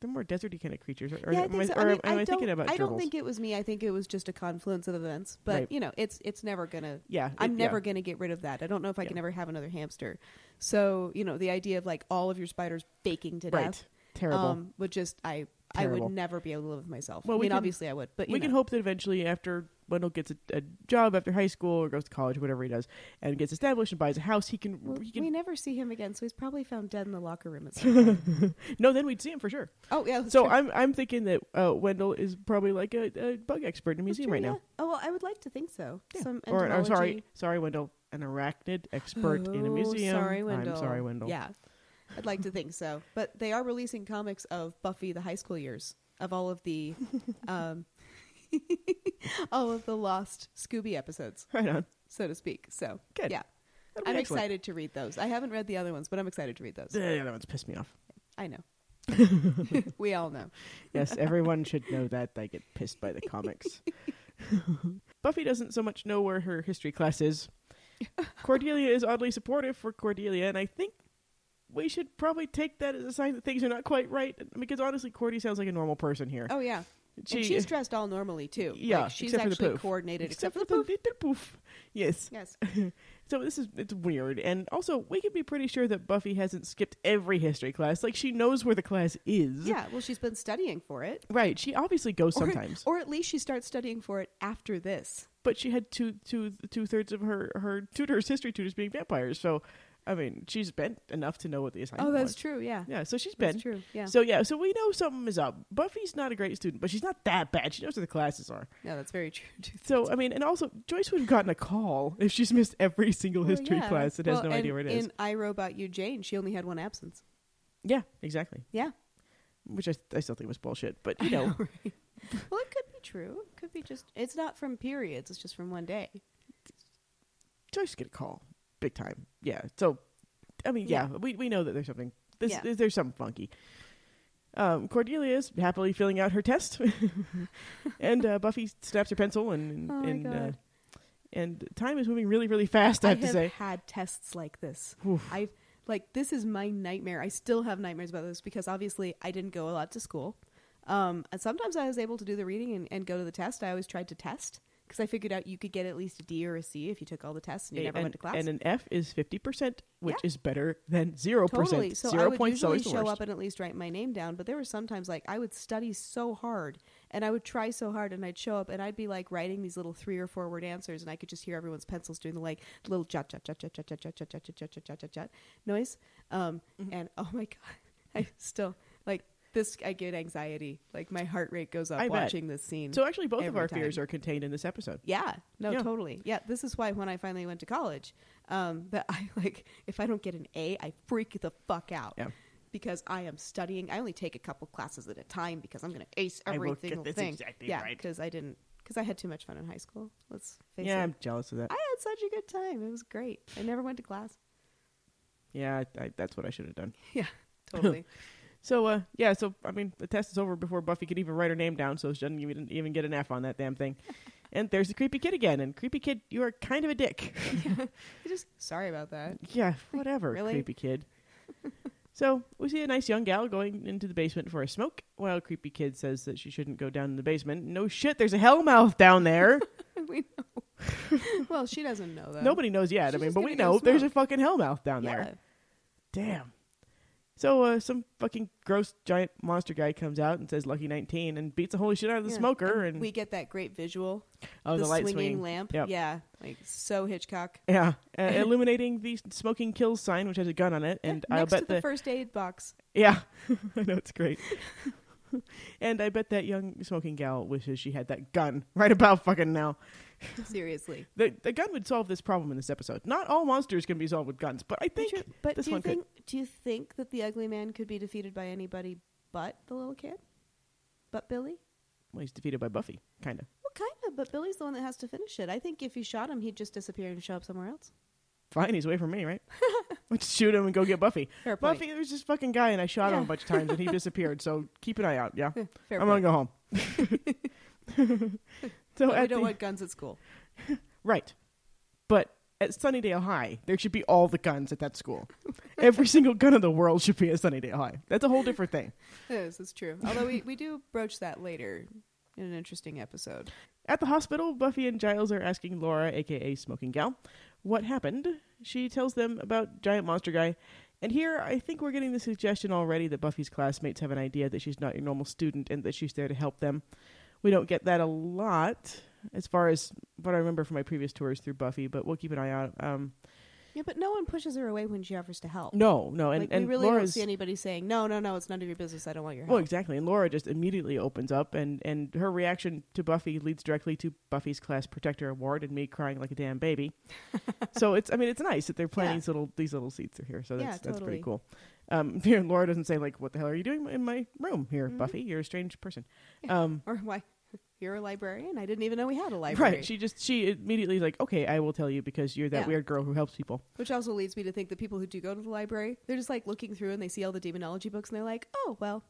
B: they're more deserty kind of creatures. Or, or
A: yeah, I
B: am
A: think so.
B: or
A: I, mean,
B: am I,
A: don't,
B: thinking about
A: I
B: gerbils?
A: don't think it was me. I think it was just a confluence of events. But
B: Right.
A: you know, it's it's never gonna
B: yeah,
A: I'm
B: it- yeah.
A: never going to get rid of that. I don't know if I
B: Yeah.
A: can ever have another hamster. So, you know, the idea of like all of your spiders baking to
B: right.
A: death
B: Terrible.
A: um would just I I
B: Terrible.
A: would never be able to live with myself.
B: Well,
A: I
B: we
A: mean,
B: can-
A: obviously I would, but you
B: we
A: know.
B: can hope that eventually after Wendell gets a, a job after high school or goes to college, whatever he does, and gets established and buys a house, he can.
A: Well,
B: he
A: we
B: can
A: never see him again, so he's probably found dead in the locker room. At some point.
B: no, then we'd see him for sure.
A: oh yeah. that's
B: So
A: true.
B: I'm I'm thinking that uh, Wendell is probably like a, a bug expert in a
A: That's
B: museum
A: true,
B: right now.
A: yeah. Oh well, I would like to think so. Some
B: Or I'm sorry,
A: entomology-
B: sorry Wendell, an arachnid expert in a
A: Oh,
B: museum.
A: Sorry, Wendell.
B: I'm sorry, Wendell.
A: Yeah, I'd like to think so. But they are releasing comics of Buffy the high school years of all of the, um, all of the lost Scooby episodes,
B: Right on.
A: so to speak. So
B: Good.
A: yeah,
B: That'd be
A: I'm
B: excellent.
A: excited to read those. I haven't read the other ones, but I'm excited to read those.
B: The other ones pissed me off.
A: I know. we all know.
B: Yes, everyone should know that. They get pissed by the comics. Buffy doesn't so much know where her history class is. Cordelia is oddly supportive for Cordelia, and I think we should probably take that as a sign that things are not quite right. Because honestly, Cordy sounds like a normal person here.
A: Oh yeah, and she's dressed all normally too.
B: Yeah,
A: like, she's
B: except for the
A: actually
B: poof.
A: coordinated except,
B: except, for the
A: poof.
B: little poof. Yes.
A: Yes.
B: So this is it's weird, and also we can be pretty sure that Buffy hasn't skipped every history class. Like she knows where the class is.
A: Yeah. Well, she's been studying for it.
B: Right. She obviously goes
A: Or-
B: sometimes,
A: Or, at least she starts studying for it after this.
B: but she had two two two thirds of her her tutors history tutors being vampires. So, I mean, she's bent enough to know what the assignment. was.
A: Oh, true. Yeah.
B: Yeah. So she's
A: That's
B: bent.
A: true. Yeah.
B: So yeah. So we know something is up. Buffy's not a great student, but she's not that bad. She knows where the classes are.
A: no, that's very true. too.
B: So I mean, and also Joyce would have gotten a call if she's missed every single
A: Well,
B: history
A: yeah.
B: class and has
A: Well,
B: no idea where
A: and
B: it is.
A: In I Robot You Jane, she only had one absence.
B: Yeah, exactly.
A: Yeah.
B: which I, I still think was bullshit. But you know,
A: Well, it could be true. It could be just. It's not from periods. It's just from one day.
B: Joyce get a call big time. Yeah. So, I mean, yeah, we we know that there's something. This
A: Yeah.
B: there's something funky. Um, Cordelia is happily filling out her test, and uh, Buffy snaps her pencil, and
A: Oh my
B: and uh,
A: God.
B: and time is moving really really fast. I have,
A: have
B: to say,
A: had tests like this.
B: Oof.
A: I've like this is my nightmare. I still have nightmares about this because obviously I didn't go a lot to school. Um, and sometimes I was able to do the reading and, and go to the test. I always tried to test because I figured out you could get at least a D or a C if you took all the tests and you never
B: and,
A: went to class.
B: and an F is fifty percent, which
A: Yeah.
B: is better than zero
A: totally.
B: percent.
A: So
B: zero
A: I would
B: points is
A: usually
B: always the
A: show
B: worst.
A: up and at least write my name down. But there were sometimes like I would study so hard and I would try so hard and I'd show up and I'd be like writing these little three or four word answers and I could just hear everyone's pencils doing the like little jot jot jot jot jot jot jot jot jot jot jot jot jot jot jot noise. Um,
B: Mm-hmm.
A: and oh my god, I still like this. I get anxiety. Like my heart rate goes up
B: I bet.
A: watching this scene.
B: so actually, both of
A: every
B: our
A: time.
B: fears are contained in this episode.
A: Yeah. No,
B: Yeah.
A: totally. Yeah. This is why when I finally went to college, um, that I like if I don't get an A, I freak the fuck out.
B: Yeah.
A: Because I am studying. I only take a couple classes at a time because I'm going to ace
B: I
A: every
B: will get
A: single
B: this
A: thing.
B: exactly
A: yeah,
B: right.
A: because I didn't. Because I had too much fun in high school. Let's face
B: Yeah,
A: it.
B: I'm jealous of that.
A: I had such a good time. It was great. I never went to class.
B: yeah, I, I, that's what I should have done.
A: Yeah, totally.
B: So uh, yeah, so I mean, the test is over before Buffy could even write her name down, so she doesn't even even get an F on that damn thing. and there's the creepy kid again, and creepy kid, you are kind of a dick.
A: I just sorry about that.
B: yeah, whatever,
A: really?
B: creepy kid. so we see a nice young gal going into the basement for a smoke, while creepy kid says that she shouldn't go down in the basement. No shit, there's a hellmouth down there.
A: we know. well, she doesn't know that.
B: Nobody knows yet. I
A: she's
B: mean,
A: just
B: but
A: gonna
B: we
A: go
B: know there's a
A: smoke.
B: fucking hellmouth down
A: Yeah.
B: there. Damn. So uh, some fucking gross giant monster guy comes out and says "Lucky 19" and beats the holy shit out of the
A: Yeah.
B: smoker and,
A: We get that great visual.
B: oh, the, light
A: swinging
B: swinging
A: lamp.
B: Yep.
A: Yeah, like so Hitchcock.
B: Yeah, uh, illuminating the smoking kills sign, which has a gun on it, and
A: Yeah,
B: I'll
A: next
B: bet
A: to the,
B: that
A: first aid box.
B: yeah, I know it's great. and I bet that young smoking gal wishes she had that gun right about fucking now.
A: Seriously,
B: The the gun would solve this problem in this episode. Not all monsters can be solved with guns, but I think
A: Sure, But
B: this
A: do you
B: one could.
A: think do you think that the ugly man could be defeated by anybody but the little kid, but Billy?
B: well, he's defeated by Buffy, kind of.
A: Well, kind of. But Billy's the one that has to finish it. I think if you shot him, he'd just disappear and show up somewhere else.
B: Fine, he's away from me, right? Let's shoot him and go get Buffy.
A: Fair point.
B: Buffy, there's this fucking guy, and I shot him
A: Yeah.
B: a bunch of times, and he disappeared. So keep an eye out. Yeah,
A: Fair
B: I'm
A: point.
B: gonna go home. so
A: But we
B: at
A: don't
B: the-
A: want guns at school.
B: Right. But at Sunnydale High, there should be all the guns at that school. Every single gun in the world should be at Sunnydale High. That's a whole different thing.
A: Yes, it's true. Although we, we do broach that later in an interesting episode.
B: At the hospital, Buffy and Giles are asking Laura, aka Smoking Gal, what happened. She tells them about Giant Monster Guy. And here, I think we're getting the suggestion already that Buffy's classmates have an idea that she's not your normal student and that she's there to help them. We don't get that a lot, as far as what I remember from my previous tours through Buffy, but we'll keep an eye out. Um,
A: Yeah, but no one pushes her away when she offers to help.
B: no, no, and
A: like,
B: and
A: we really don't
B: Laura's
A: see anybody saying, no, no, no, it's none of your business. I don't want your help.
B: well, exactly, and Laura just immediately opens up, and and her reaction to Buffy leads directly to Buffy's class protector award and me crying like a damn baby. so it's, I mean, it's nice that they're planting
A: Yeah.
B: these little these little seeds through here. So
A: Yeah,
B: that's that's pretty
A: totally.
B: cool. Um, here, Laura doesn't say like, "What the hell are you doing in my room here,
A: Mhm.
B: Buffy? You're a strange person."
A: Yeah.
B: Um,
A: or why? You're a librarian? I didn't even know we had a library.
B: Right. She just she immediately is like, okay, I will tell you because you're that
A: Yeah.
B: weird girl who helps people.
A: Which also leads me to think that people who do go to the library, they're just like looking through and they see all the demonology books and they're like, oh, well,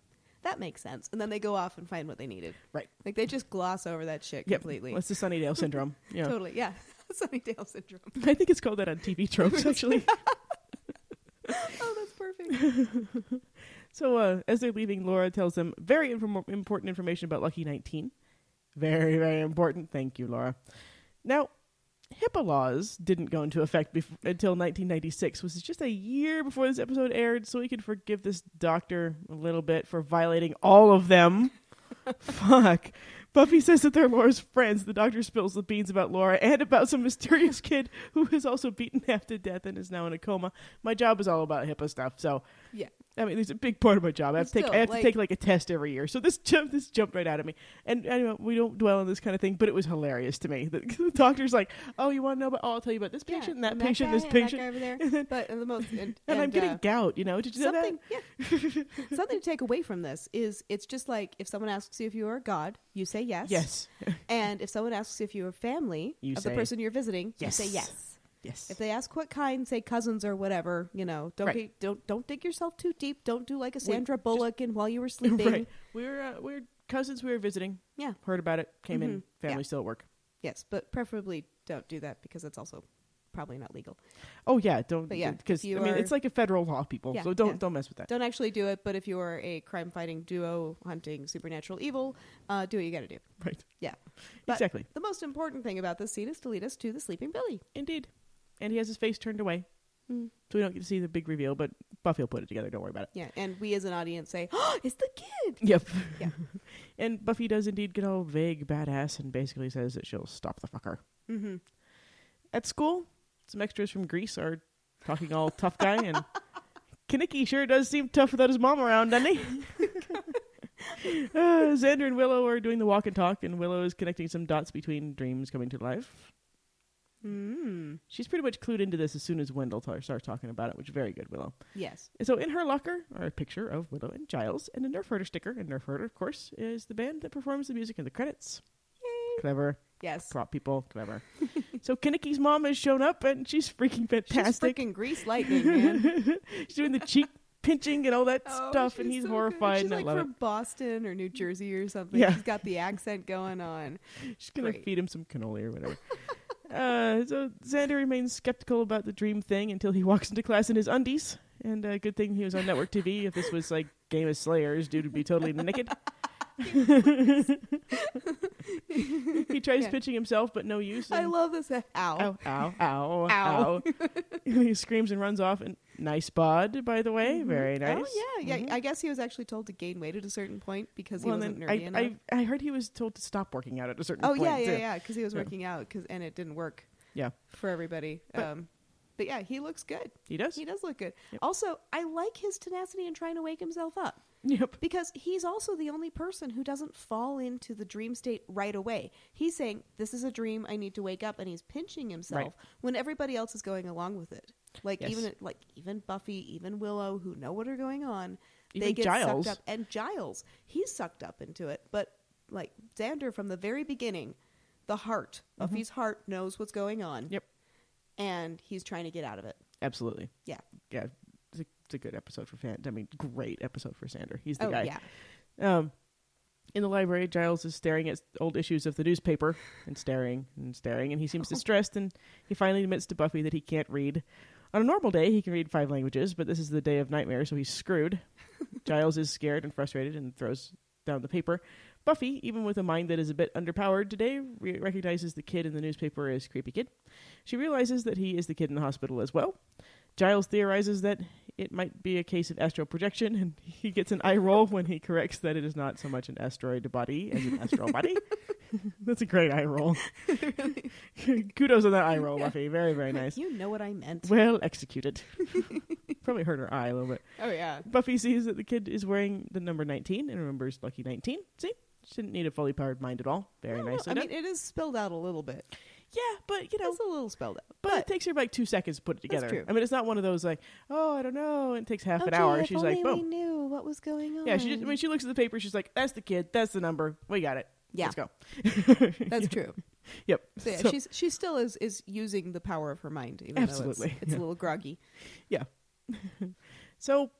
A: that makes sense. And then they go off and find what they needed.
B: Right.
A: Like they just gloss over that shit
B: Yep.
A: completely.
B: That's the Sunnydale syndrome. Yeah.
A: Totally. Yeah. Sunnydale syndrome.
B: I think it's called that on TV tropes actually.
A: Oh, that's perfect.
B: so uh, as they're leaving, Laura tells them very inform- important information about Lucky Nineteen. Very very important. Thank you, Laura. Now. HIPAA laws didn't go into effect bef- until 1996, which is just a year before this episode aired, so we can forgive this doctor a little bit for violating all of them. Fuck. Buffy says that they're Laura's friends. The doctor spills the beans about Laura and about some mysterious kid who is also beaten half to death and is now in a coma. My job is all about HIPAA stuff, so
A: Yeah.
B: I mean, it's a big part of my job. I have to
A: But
B: take I
A: still,
B: have to
A: like-
B: take like a test every year. So this jump this jumped right out at me. And anyway, we don't dwell on this kind of thing, but it was hilarious to me. The, the doctor's like, "Oh, you want to know about? Oh, I'll tell you about this patient, and that patient,
A: guy
B: this
A: and
B: patient."
A: That guy over there. But and the most. And,
B: and, I'm
A: and,
B: getting
A: uh,
B: gout. You know? Did you know that?
A: something, yeah. something to take away from this is it's just like if someone asks you if you are God, you say yes.
B: Yes.
A: And if someone asks if you are family
B: You
A: of
B: say
A: the person you're visiting,
B: yes.
A: you say yes.
B: Yes.
A: If they ask what kind, say cousins or whatever. You know, don't
B: Right.
A: get, don't don't dig yourself too deep. Don't do like a
B: We-
A: Sandra
B: just-
A: Bullock and while you were sleeping.
B: Right. We were uh, we were cousins. We were visiting.
A: Yeah.
B: Heard about it. Came in.
A: Mhm.
B: Family
A: Yeah.
B: still at work.
A: Yes, but preferably don't do that because that's also probably not legal.
B: Oh yeah. Don't.
A: But yeah,
B: Because
A: if you
B: I mean,
A: are-
B: it's like a federal law, people.
A: Yeah,
B: so don't
A: yeah.
B: don't mess with that.
A: Don't actually do it. But if you are a crime-fighting duo hunting supernatural evil, uh, do what you got to do.
B: Right.
A: Yeah. But-
B: exactly.
A: The most important thing about this scene is to lead us to the sleeping Billy.
B: Indeed. And he has his face turned away,
A: Mm.
B: so we don't get to see the big reveal. But Buffy will put it together. Don't worry about it.
A: Yeah, and we as an audience say, "Oh, it's the kid."
B: Yep.
A: Yeah.
B: and Buffy does indeed get all vague, badass, and basically says that she'll stop the fucker.
A: Mm-hmm.
B: At school, some extras from Greece are talking all tough guy, and Kaneki sure does seem tough without his mom around, doesn't he? uh, Xander and Willow are doing the walk and talk, and Willow is connecting some dots between dreams coming to life.
A: Mm.
B: She's pretty much clued into this as soon as Wendell t- starts talking about it, which is very good, Willow.
A: Yes.
B: And So in her locker are a picture of Willow and Giles and a Nerf Herder sticker. And Nerf Herder, of course, is the band that performs the music in the credits. Clever.
A: Yes.
B: Prop people. Clever. so Kaneki's mom has shown up and she's freaking
A: She's
B: fantastic.
A: freaking grease lightning, man.
B: she's doing the cheek pinching and all that
A: Oh,
B: stuff. And
A: she's
B: he's
A: so good.
B: horrified.
A: She's
B: and
A: like
B: I love
A: from Boston or New Jersey or something.
B: Yeah.
A: She's got the accent going on.
B: it. She's going to
A: great.
B: feed him some cannoli or whatever. uh, so Xander remains skeptical about the dream thing until he walks into class in his undies. And uh, good thing he was on network TV. If this was like Game of Slayers, dude would be totally naked. he tries
A: Yeah.
B: pitching himself, but no use.
A: I
B: and-
A: love this. Ow.
B: ow, ow, ow, ow.
A: Ow.
B: he screams and runs off. And nice bod, by the way, very nice.
A: Oh yeah, yeah.
B: Mhm.
A: I guess he was actually told to gain weight at a certain point because he
B: Well,
A: wasn't
B: then
A: nerdy
B: I,
A: enough.
B: I, I heard he was told to stop working out at a certain
A: oh
B: point.
A: yeah, yeah,
B: too.
A: yeah. Because he was
B: Yeah.
A: working out, cause, and it didn't work.
B: Yeah.
A: For everybody.
B: But-
A: um, but yeah, he looks good.
B: He does.
A: He does look good.
B: Yep.
A: Also, I like his tenacity in trying to wake himself up
B: Yep.
A: because he's also the only person who doesn't fall into the dream state right away. He's saying, This is a dream. I need to wake up. And he's pinching himself
B: Right.
A: when everybody else is going along with it. Like
B: Yes.
A: even like even Buffy, even Willow, who know what are going on, they
B: Even
A: get
B: Giles.
A: sucked up. And Giles, he's sucked up into it. But like Xander, from the very beginning, the heart, Buffy's heart knows what's going on.
B: Mm-hmm. Yep.
A: and he's trying to get out of it.
B: Absolutely.
A: Yeah.
B: Yeah. It's a, it's a good episode for fan. I mean, great episode for Sander. He's the
A: Oh
B: guy.
A: yeah,
B: Um, in the library, Giles is staring at old issues of the newspaper and staring and staring, and he seems distressed. And he finally admits to Buffy that he can't read. On a normal day, he can read five languages, but this is the day of nightmare, so he's screwed. Giles is scared and frustrated and throws down the paper. Buffy, even with a mind that is a bit underpowered today, re- recognizes the kid in the newspaper as creepy kid. She realizes that he is the kid in the hospital as well. Giles theorizes that it might be a case of astral projection, and he gets an eye roll when he corrects that it is not so much an asteroid body as an astral body. That's a great eye roll. Kudos on that eye roll, Luffy. Very, very nice.
A: You know what I meant.
B: Well executed. Probably hurt her eye a little bit.
A: Oh yeah.
B: Buffy sees that the kid is wearing the number 19 and remembers Lucky 19. See? She didn't need a fully powered mind at all. Very
A: I don't know.
B: nicely
A: I
B: done.
A: mean, it is spelled out a little bit.
B: yeah, but you know,
A: It's a little spelled out,
B: but, it takes her like two seconds to put it
A: That's
B: together.
A: true.
B: I mean, it's not one of those like, oh, I don't know, and it takes half
A: Oh,
B: an
A: gee,
B: hour.
A: if
B: She's like,
A: only we
B: boom.
A: knew what was going on.
B: Yeah, she just, when she looks at the paper, she's like, that's the kid, that's the number, we got it.
A: Yeah.
B: Let's go.
A: That's true.
B: Yep.
A: So yeah,
B: So-
A: she's she still is is using the power of her mind, even though
B: Absolutely.
A: it's, it's a little groggy.
B: So,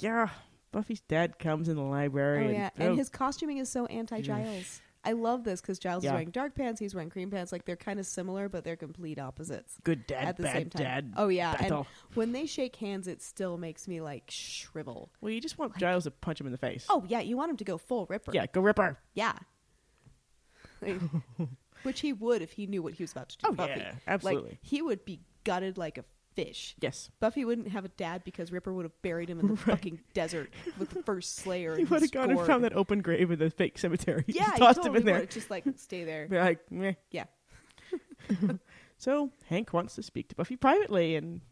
B: yeah, Buffy's dad comes in the library.
A: Oh
B: and,
A: yeah, and his costuming is so anti Giles. I love this because Giles
B: Yeah.
A: is wearing dark pants, he's wearing cream pants. Like they're kind of similar, but they're complete opposites.
B: good dad,
A: at the
B: bad
A: same time.
B: dad.
A: oh yeah,
B: battle.
A: and when they shake hands, it still makes me like shrivel.
B: well, you just want Giles to punch him in the face.
A: Oh yeah, you want him to go full ripper.
B: yeah, go rip her.
A: yeah. Like, which he would if he knew what he was about to do.
B: Oh,
A: Buffy.
B: yeah, absolutely.
A: Like he would be gutted like a fish.
B: Yes.
A: Buffy wouldn't have a dad because Ripper would have buried him in the fucking desert with the first Slayer.
B: He
A: and
B: would have
A: his
B: gone and
A: gourd.
B: found that open grave in the fake cemetery. He
A: Yeah,
B: just
A: he
B: tossed
A: totally
B: him in there.
A: would've Just like stay there.
B: Be like, meh.
A: Yeah.
B: So Hank wants to speak to Buffy privately, and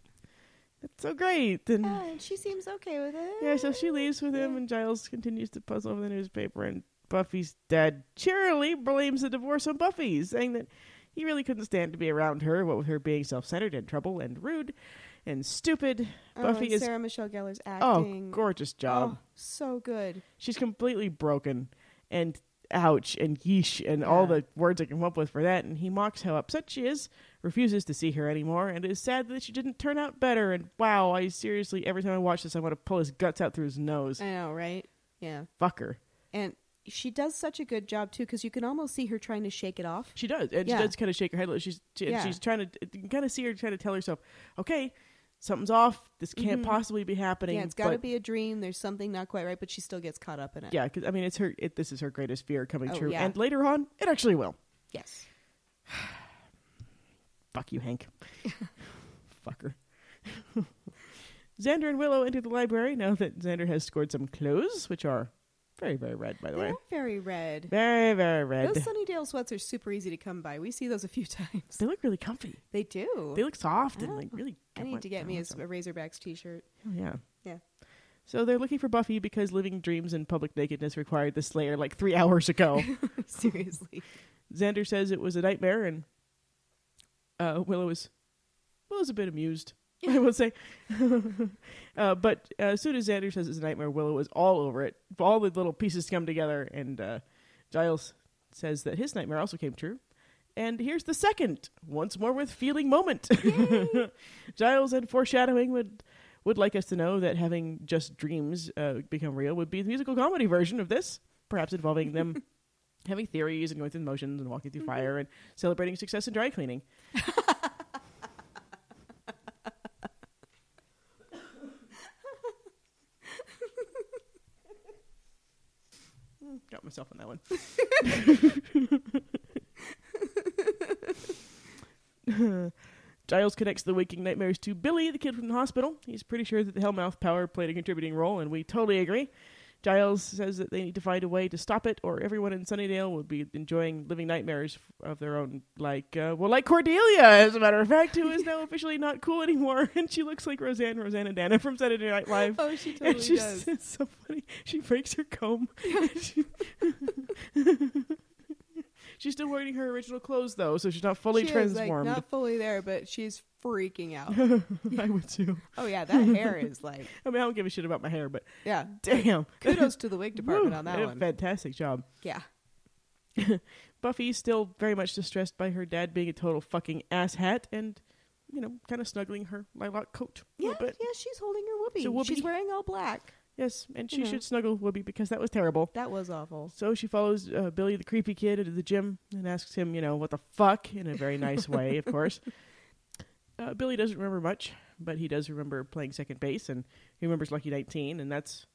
B: that's so great. And
A: Yeah, and she seems okay with it.
B: yeah, so she leaves with him,
A: Yeah.
B: and Giles continues to puzzle over the newspaper. And Buffy's dad cheerily blames the divorce on Buffy, saying that he really couldn't stand to be around her, what with her being self-centered and trouble and rude and stupid.
A: Oh,
B: Buffy
A: and
B: is
A: Sarah Michelle Gellar's
B: oh,
A: acting.
B: gorgeous job.
A: Oh, so good.
B: She's completely broken and ouch and yeesh and all
A: Yeah.
B: the words I can come up with for that. And he mocks how upset she is, refuses to see her anymore, and is sad that she didn't turn out better. And wow, I seriously, every time I watch this, I want to pull his guts out through his nose.
A: I know, right? Yeah.
B: Fucker.
A: And she does such a good job too because you can almost see her trying to shake it off.
B: She does. And
A: Yeah.
B: she does kind of shake her head. like She's, she, and
A: Yeah.
B: she's trying to, you can kind of see her trying to tell herself, okay, something's off. This can't
A: Mhm.
B: possibly be happening.
A: Yeah, it's got to
B: but-
A: be a dream. There's something not quite right, but she still gets caught up in it.
B: Yeah, because I mean, it's her. It, this is her greatest fear coming
A: Oh,
B: true,
A: yeah.
B: and later on, it actually will.
A: Yes.
B: Fuck you, Hank. Fucker. Xander and Willow enter the library now that Xander has scored some clothes, which are very, very red, by the
A: They're
B: way.
A: all very red.
B: Very, very red.
A: Those Sunnydale sweats are super easy to come by. We see those a few times.
B: They look really comfy.
A: They do.
B: They look soft and
A: Oh,
B: like really.
A: I need to get me a,
B: Oh,
A: a Razorbacks t-shirt.
B: Yeah.
A: Yeah.
B: So they're looking for Buffy because living dreams in public nakedness required the Slayer like three hours ago.
A: Seriously.
B: Xander says it was a nightmare, and uh, Willow is Willow's a bit amused. I will say, uh, but uh, as soon as Xander says it's a nightmare, Willow is all over it. All the little pieces come together, and uh, Giles says that his nightmare also came true. And here's the second, once more with feeling moment. Giles and foreshadowing would would like us to know that having just dreams uh, become real would be the musical comedy version of this, perhaps involving them having theories and going through motions and walking through fire and celebrating success in dry cleaning. Got myself on that one. Giles connects the waking nightmares to Billy, the kid from the hospital. He's pretty sure that the Hellmouth power played a contributing role, and we totally agree. Giles says that they need to find a way to stop it, or everyone in Sunnydale will be enjoying living nightmares of their own, like, uh, well, like Cordelia, as a matter of fact, who is now officially not cool anymore, and she looks like Roseanne, Rosanna Dana from Saturday Night Live.
A: Oh, she
B: and she's it's so funny. She breaks her comb. She- she's still wearing her original clothes though, so she's not fully
A: she is, like,
B: transformed.
A: not fully there, but she's freaking out.
B: I would too.
A: oh yeah, that hair is like
B: I mean, I don't give a shit about my hair, but
A: yeah.
B: damn,
A: Kudos to the wig department
B: Woo,
A: on that
B: they did a
A: one.
B: Fantastic job.
A: Yeah.
B: Buffy's still very much distressed by her dad being a total fucking asshat, and you know, kind of snuggling her lilac coat a
A: Yeah,
B: little bit.
A: yeah, she's holding her whoopee.
B: So whoopee-
A: She's wearing all black.
B: Yes, and she
A: You know.
B: should snuggle Whoopi because that was terrible.
A: That was awful.
B: So she follows uh, Billy the creepy kid into the gym and asks him, you know, what the fuck, in a very nice way, of course. Uh, Billy doesn't remember much, but he does remember playing second base and he remembers Lucky 19, and that's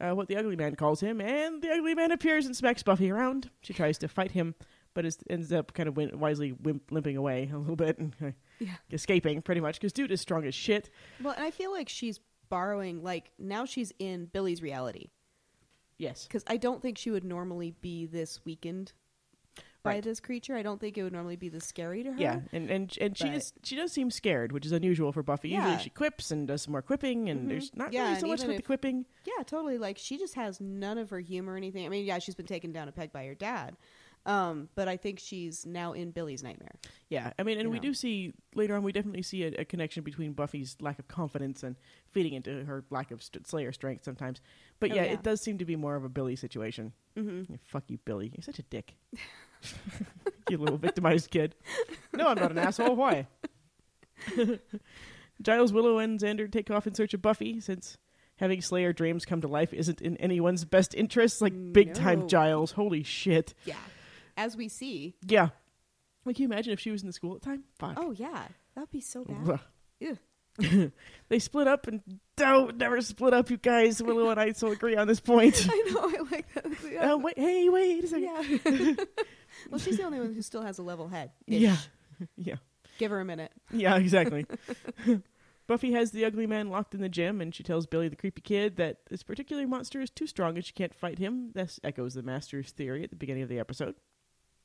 B: uh, what the ugly man calls him. And the ugly man appears and smacks Buffy around. She tries to fight him, but is, ends up kind of win- wisely wimp- limping away a little bit and uh,
A: Yeah.
B: escaping pretty much because dude is strong as shit.
A: Well, and I feel like she's borrowing like now she's in Billy's reality
B: Yes.
A: because I don't think she would normally be this weakened. by
B: Right.
A: this creature. I don't think it would normally be this scary to her.
B: Yeah, and and and she
A: Uh-huh. But-
B: is she does seem scared, which is unusual for Buffy.
A: Yeah.
B: Usually she quips and does some more quipping, and
A: Mhm.
B: there's not
A: Yeah,
B: really
A: and
B: so much
A: even
B: with the
A: if-
B: quipping.
A: Yeah, totally. Like she just has none of her humor or anything. I mean, yeah, she's been taken down a peg by her dad, um, but I think she's now in Billy's nightmare.
B: Yeah, I mean, and
A: You
B: we
A: know.
B: do see later on we definitely see a, a connection between Buffy's lack of confidence and feeding into her lack of st- Slayer strength sometimes. But
A: Oh,
B: yeah,
A: yeah.
B: it does seem to be more of a Billy situation.
A: Mm-hmm.
B: Yeah, fuck you, Billy. You're such a dick. you little victimized kid. No, I'm not an asshole. Why? Giles, Willow, and Xander take off in search of Buffy since having Slayer dreams come to life isn't in anyone's best interest. Like, big time
A: No.
B: Giles. Holy shit.
A: Yeah, as we see.
B: Yeah. Like, can you imagine if she was in the school at the time? Fuck.
A: Oh yeah, that'd be so bad.
B: Ugh.
A: Ew.
B: they split up and don't never split up, you guys. Willow and I still agree on this point.
A: I know. I like that. Yeah.
B: Uh, wait, hey, wait a second.
A: yeah. well, she's the only one who still has a level head.
B: Yeah. yeah.
A: Give her a minute.
B: Yeah, exactly. Buffy has the ugly man locked in the gym, and she tells Billy the creepy kid that this particular monster is too strong and she can't fight him. This echoes the master's theory at the beginning of the episode.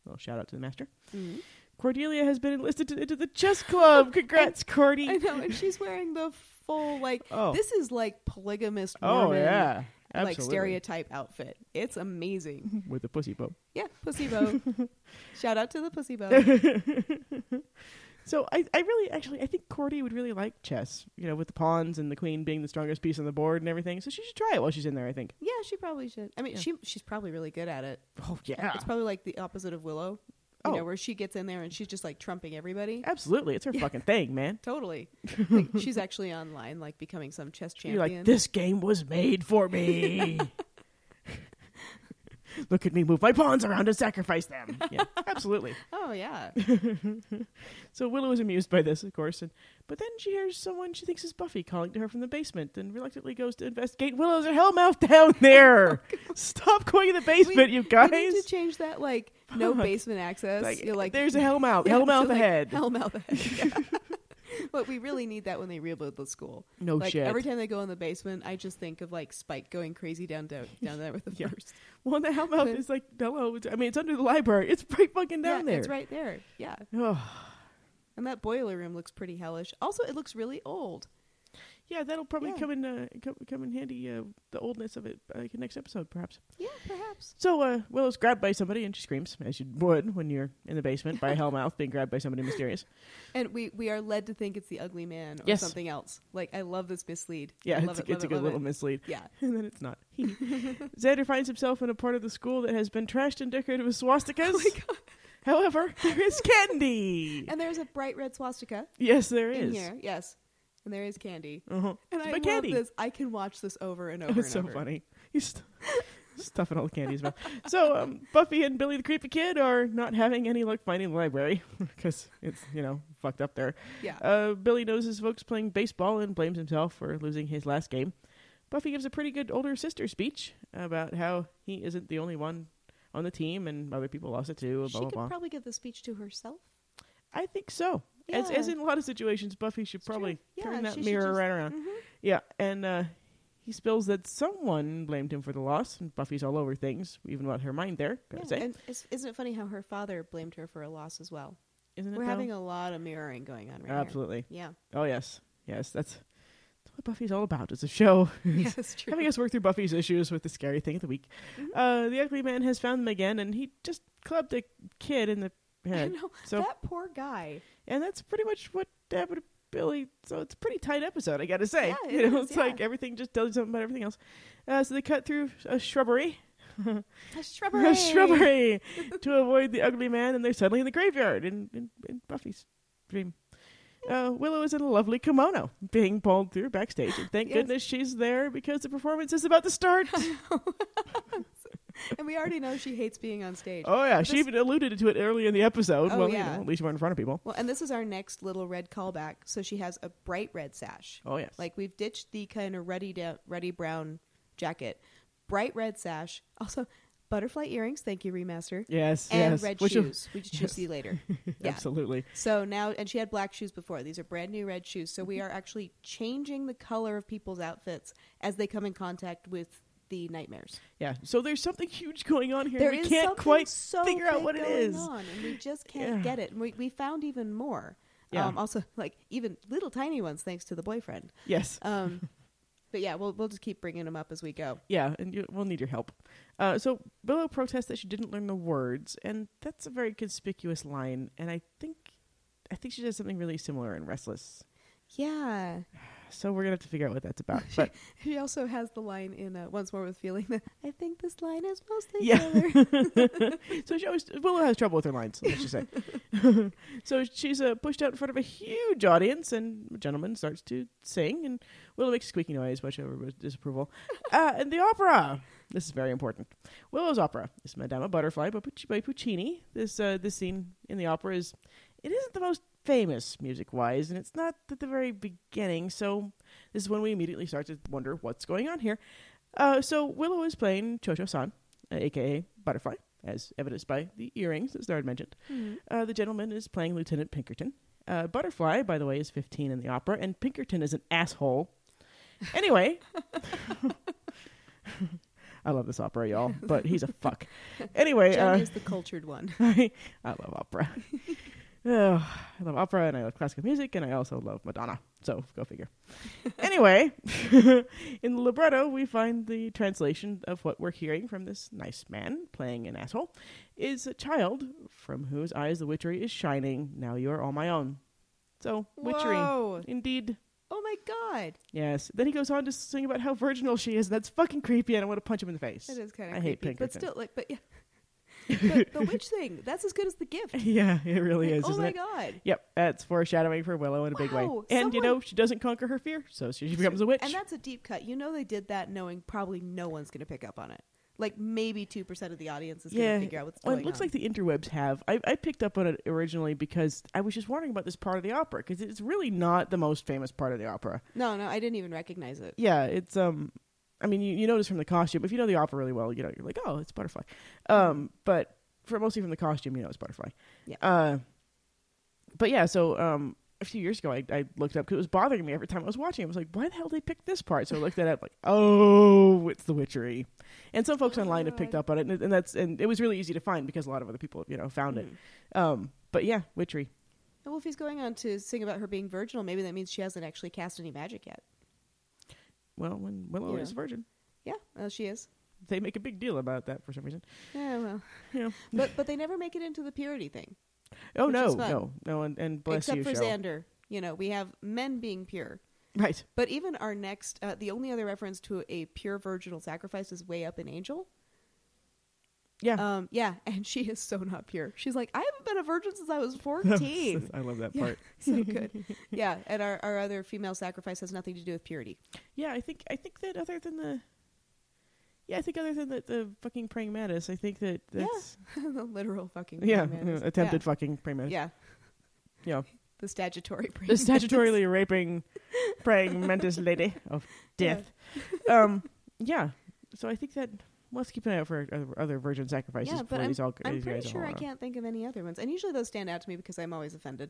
B: Little shout out to the master.
A: Mm-hmm.
B: Cordelia has been enlisted to, into the chess club. Congrats,
A: I
B: Cordy.
A: know, and she's wearing the full like.
B: Oh.
A: This is like polygamist.
B: Oh,
A: Mormon,
B: yeah. Absolutely. Mm-hmm.
A: Like stereotype outfit. It's amazing.
B: With the pussy bow.
A: Yeah, pussy bow. Shout out to the pussy bow.
B: So I, I really actually I think Cordy would really like chess, you know, with the pawns and the queen being the strongest piece on the board and everything. So she should try it while she's in there, I think.
A: Yeah, she probably should. I mean,
B: Yeah.
A: she she's probably really good at it.
B: Oh yeah.
A: It's probably like the opposite of Willow. You
B: Oh.
A: know, where she gets in there and she's just like trumping everybody.
B: Absolutely. It's her
A: Yeah.
B: fucking thing, man.
A: Totally. Like, she's actually online, like becoming some chess
B: You're
A: champion.
B: like, this game was made for me. Look at me move my pawns around and sacrifice them. Yeah, absolutely.
A: oh yeah.
B: So Willow is amused by this, of course, and but then she hears someone she thinks is Buffy calling to her from the basement, and reluctantly goes to investigate. Willow's a hellmouth down there. Stop going in the basement, you guys.
A: Oh We need to change that. Like no
B: Fuck.
A: basement access.
B: Like,
A: You're like
B: there's a hellmouth,
A: Yeah,
B: hellmouth
A: so, like,
B: ahead.
A: Hellmouth ahead. Yeah. but we really need that when they rebuild the school.
B: no
A: like
B: Oh, shit.
A: every time they go in the basement, I just think of like Spike going crazy down down, down there with the
B: Yeah.
A: first.
B: well, the hellmouth is like hello. it's- I mean, it's under the library. It's right fucking down
A: yeah,
B: there.
A: It's right there. Yeah.
B: Oh,
A: And that boiler room looks pretty hellish. Also, it looks really old.
B: yeah, that'll probably
A: Yeah.
B: come in uh, come, come in handy. Uh, the oldness of it, uh, like next episode, perhaps.
A: Yeah, perhaps.
B: So uh, Willow's grabbed by somebody and she screams, as you would when you're in the basement by a hellmouth being grabbed by somebody mysterious.
A: And we, we are led to think it's the ugly man or
B: Yes.
A: something else. Like, I love this mislead.
B: Yeah,
A: I
B: it's,
A: love
B: a,
A: it, love
B: it's a
A: it,
B: good
A: love
B: little
A: it.
B: mislead.
A: Yeah.
B: And then it's not. Xander finds himself in a part of the school that has been trashed and decorated with swastikas. However, there is candy.
A: Oh And there's a bright red swastika
B: yes, there
A: in
B: is.
A: here. Yes. And there is candy.
B: Uh-huh.
A: And
B: It's
A: I
B: my
A: love
B: candy.
A: this. I can watch this over and
B: Oh,
A: over.
B: it's so
A: and over.
B: funny. He's st- stuffing all the candy in his mouth. So um, Buffy and Billy the Creepy Kid are not having any luck finding the library because it's, you know, fucked up there.
A: Yeah.
B: Uh, Billy knows his folks playing baseball and blames himself for losing his last game. Buffy gives a pretty good older sister speech about how he isn't the only one on the team and other people lost it too. and
A: she
B: Blah blah
A: could
B: blah.
A: probably give the speech to herself.
B: I think so. As,
A: Yeah.
B: as in a lot of situations, Buffy should
A: true.
B: probably
A: Yeah,
B: turn that
A: she should
B: mirror
A: just-
B: right around. Uh, Yeah, and uh, he spills that someone blamed him for the loss, and Buffy's all over things, even about her mind there. Gotta
A: Yeah.
B: say.
A: And is, isn't it funny how her father blamed her for a loss as well?
B: Isn't it?
A: We're
B: though?
A: having a lot of mirroring going on right now.
B: Absolutely.
A: Yeah.
B: Oh yes, yes. That's, that's what Buffy's all about. It's a show.
A: yeah, that's true.
B: Having us work through Buffy's issues with the scary thing of the week.
A: Mm-hmm.
B: Uh, the ugly man has found them again, and he just clubbed a kid in the
A: I
B: head.
A: know.
B: So,
A: that poor guy.
B: and that's pretty much what happened to Billy. So it's a pretty tight episode, I gotta say.
A: Yeah,
B: you
A: it
B: know,
A: is,
B: it's like
A: yeah.
B: everything just tells you something about everything else. Uh, so they cut through a shrubbery,
A: A
B: a
A: shrubbery.
B: shrubbery, to avoid the ugly man, and they're suddenly in the graveyard in, in, in Buffy's dream. Uh, Willow is in a lovely kimono, being pulled through backstage, and thank
A: Yes.
B: goodness she's there because the performance is about to start.
A: And we already know she hates being on stage.
B: Oh yeah, she
A: This-
B: even alluded to it earlier in the episode.
A: Oh,
B: well, you
A: yeah.
B: know, at least you weren't in front of people.
A: Well, and this is our next little red callback. So she has a bright red sash.
B: Oh yes,
A: Like we've ditched the kind of ruddy, da- ruddy brown jacket, bright red sash. Also, butterfly earrings. Thank you, remaster.
B: yes,
A: And
B: yes.
A: red
B: Which you-
A: shoes, which you'll
B: yes.
A: see later. Yeah.
B: Absolutely.
A: So now, and she had black shoes before. These are brand new red shoes. So we are actually changing the color of people's outfits as they come in contact with the nightmares.
B: Yeah. So there's something huge going on here.
A: There
B: we
A: is
B: can't
A: something
B: quite
A: so
B: figure out
A: big
B: what it
A: going
B: is.
A: on, and we just can't
B: Yeah.
A: get it. And we, we found even more.
B: Yeah.
A: Um, also, like even little tiny ones, thanks to the boyfriend.
B: Yes.
A: Um, but yeah, we'll we'll just keep bringing them up as we go.
B: Yeah, and you, we'll need your help. Uh, so Willow protests that she didn't learn the words, and that's a very conspicuous line. And I think, I think she does something really similar in Restless.
A: Yeah,
B: So we're gonna have to figure out what that's about. But
A: she also has the line in uh, once more with feeling that I think this line is mostly
B: Yeah.
A: filler."
B: so she always Willow has trouble with her lines. Let's just say. so she's uh, pushed out in front of a huge audience, and a gentleman starts to sing, and Willow makes a squeaky noise, much over disapproval. uh, and the opera. This is very important. Willow's opera is Madama Butterfly by, Pucci- by Puccini. This uh, this scene in the opera is it isn't the most famous music wise, and it's not at the very beginning. So this is when we immediately start to wonder what's going on here. Uh, so Willow is playing Cho Cho San, aka Butterfly, as evidenced by the earrings that Starred mentioned.
A: Hmm.
B: Uh, the gentleman is playing Lieutenant Pinkerton. Uh, Butterfly, by the way, is 15 in the opera, and Pinkerton is an asshole. Anyway, I love this opera, y'all, but he's a fuck. Anyway,
A: Jen
B: uh,
A: is the cultured one.
B: I, I love opera. oh, I love opera and I love classical music and I also love Madonna. So go figure. anyway, in the libretto, we find the translation of what we're hearing from this nice man playing an asshole is a child from whose eyes the witchery is shining. Now you are all my own. So, witchery.
A: Whoa.
B: Indeed.
A: Oh my god,
B: Yes. Then he goes on to sing about how virginal she is. That's fucking creepy and I want to punch him in the face.
A: that is kind of
B: I hate
A: but
B: Pinkerton.
A: still, like, but yeah, but the witch thing—that's as good as the gift.
B: yeah, it really is.
A: oh
B: isn't
A: my
B: it?
A: god,
B: Yep, that's foreshadowing for Willow in a big way.
A: Wow,
B: And you
A: someone-
B: know, she doesn't conquer her fear, so she becomes a witch.
A: and that's a deep cut. You know they did that knowing probably no one's going to pick up on it. Like maybe two percent of the audience is going
B: Yeah.
A: to figure out what's
B: well,
A: going on.
B: Oh, it looks like the interwebs have. I, I picked up on it originally because I was just wondering about this part of the opera because it's really not the most famous part of the opera.
A: no, no, I didn't even recognize it.
B: Yeah, it's um, I mean, you, you notice from the costume. If you know the opera really well, you know you're like, oh, it's Butterfly. Um, but for mostly from the costume, you know it's Butterfly.
A: Yeah.
B: Uh, but yeah, so um, a few years ago, I, I looked up because it was bothering me every time I was watching. I was like, why the hell did they pick this part? So I looked at it up, like, oh, it's The Witchery. And some folks online have picked
A: God.
B: up on it, and, and that's and it was really easy to find because a lot of other people, you know, found it. Um, but yeah, Witchery.
A: Mm-hmm. Well, if he's going on to sing about her being virginal, maybe that means she hasn't actually cast any magic yet.
B: Well, when Willow
A: Yeah.
B: is a virgin,
A: Yeah, well, she is.
B: they make a big deal about that for some reason.
A: Yeah, well,
B: Yeah.
A: but but they never make it into the purity thing,
B: Oh
A: which
B: no,
A: is fun.
B: no, no, and, and bless
A: except
B: you,
A: for
B: Cheryl.
A: Xander. You know, we have men being pure,
B: Right.
A: but even our next, uh, the only other reference to a pure virginal sacrifice is way up in Angel.
B: Yeah.
A: Um, yeah, and she is so not pure. She's like, I haven't been a virgin since I was fourteen.
B: I love that
A: Yeah.
B: part.
A: so good. Yeah, and our, our other female sacrifice has nothing to do with purity.
B: Yeah, I think I think that other than the Yeah, I think other than the, the fucking praying mantis, I think that
A: Yeah.
B: that's
A: the literal fucking
B: yeah,
A: praying mantis.
B: uh, attempted fucking praying
A: Yeah.
B: mantis.
A: yeah,
B: Yeah.
A: the statutory praying
B: The
A: mantis.
B: statutorily raping praying mantis lady of death. Um yeah. So I think that well, let's keep an eye out for other- other virgin sacrifices
A: Yeah, but
B: before these all
A: I'm
B: these
A: pretty
B: guys
A: sure
B: all
A: I
B: are.
A: can't think of any other ones, and usually those stand out to me because I'm always offended.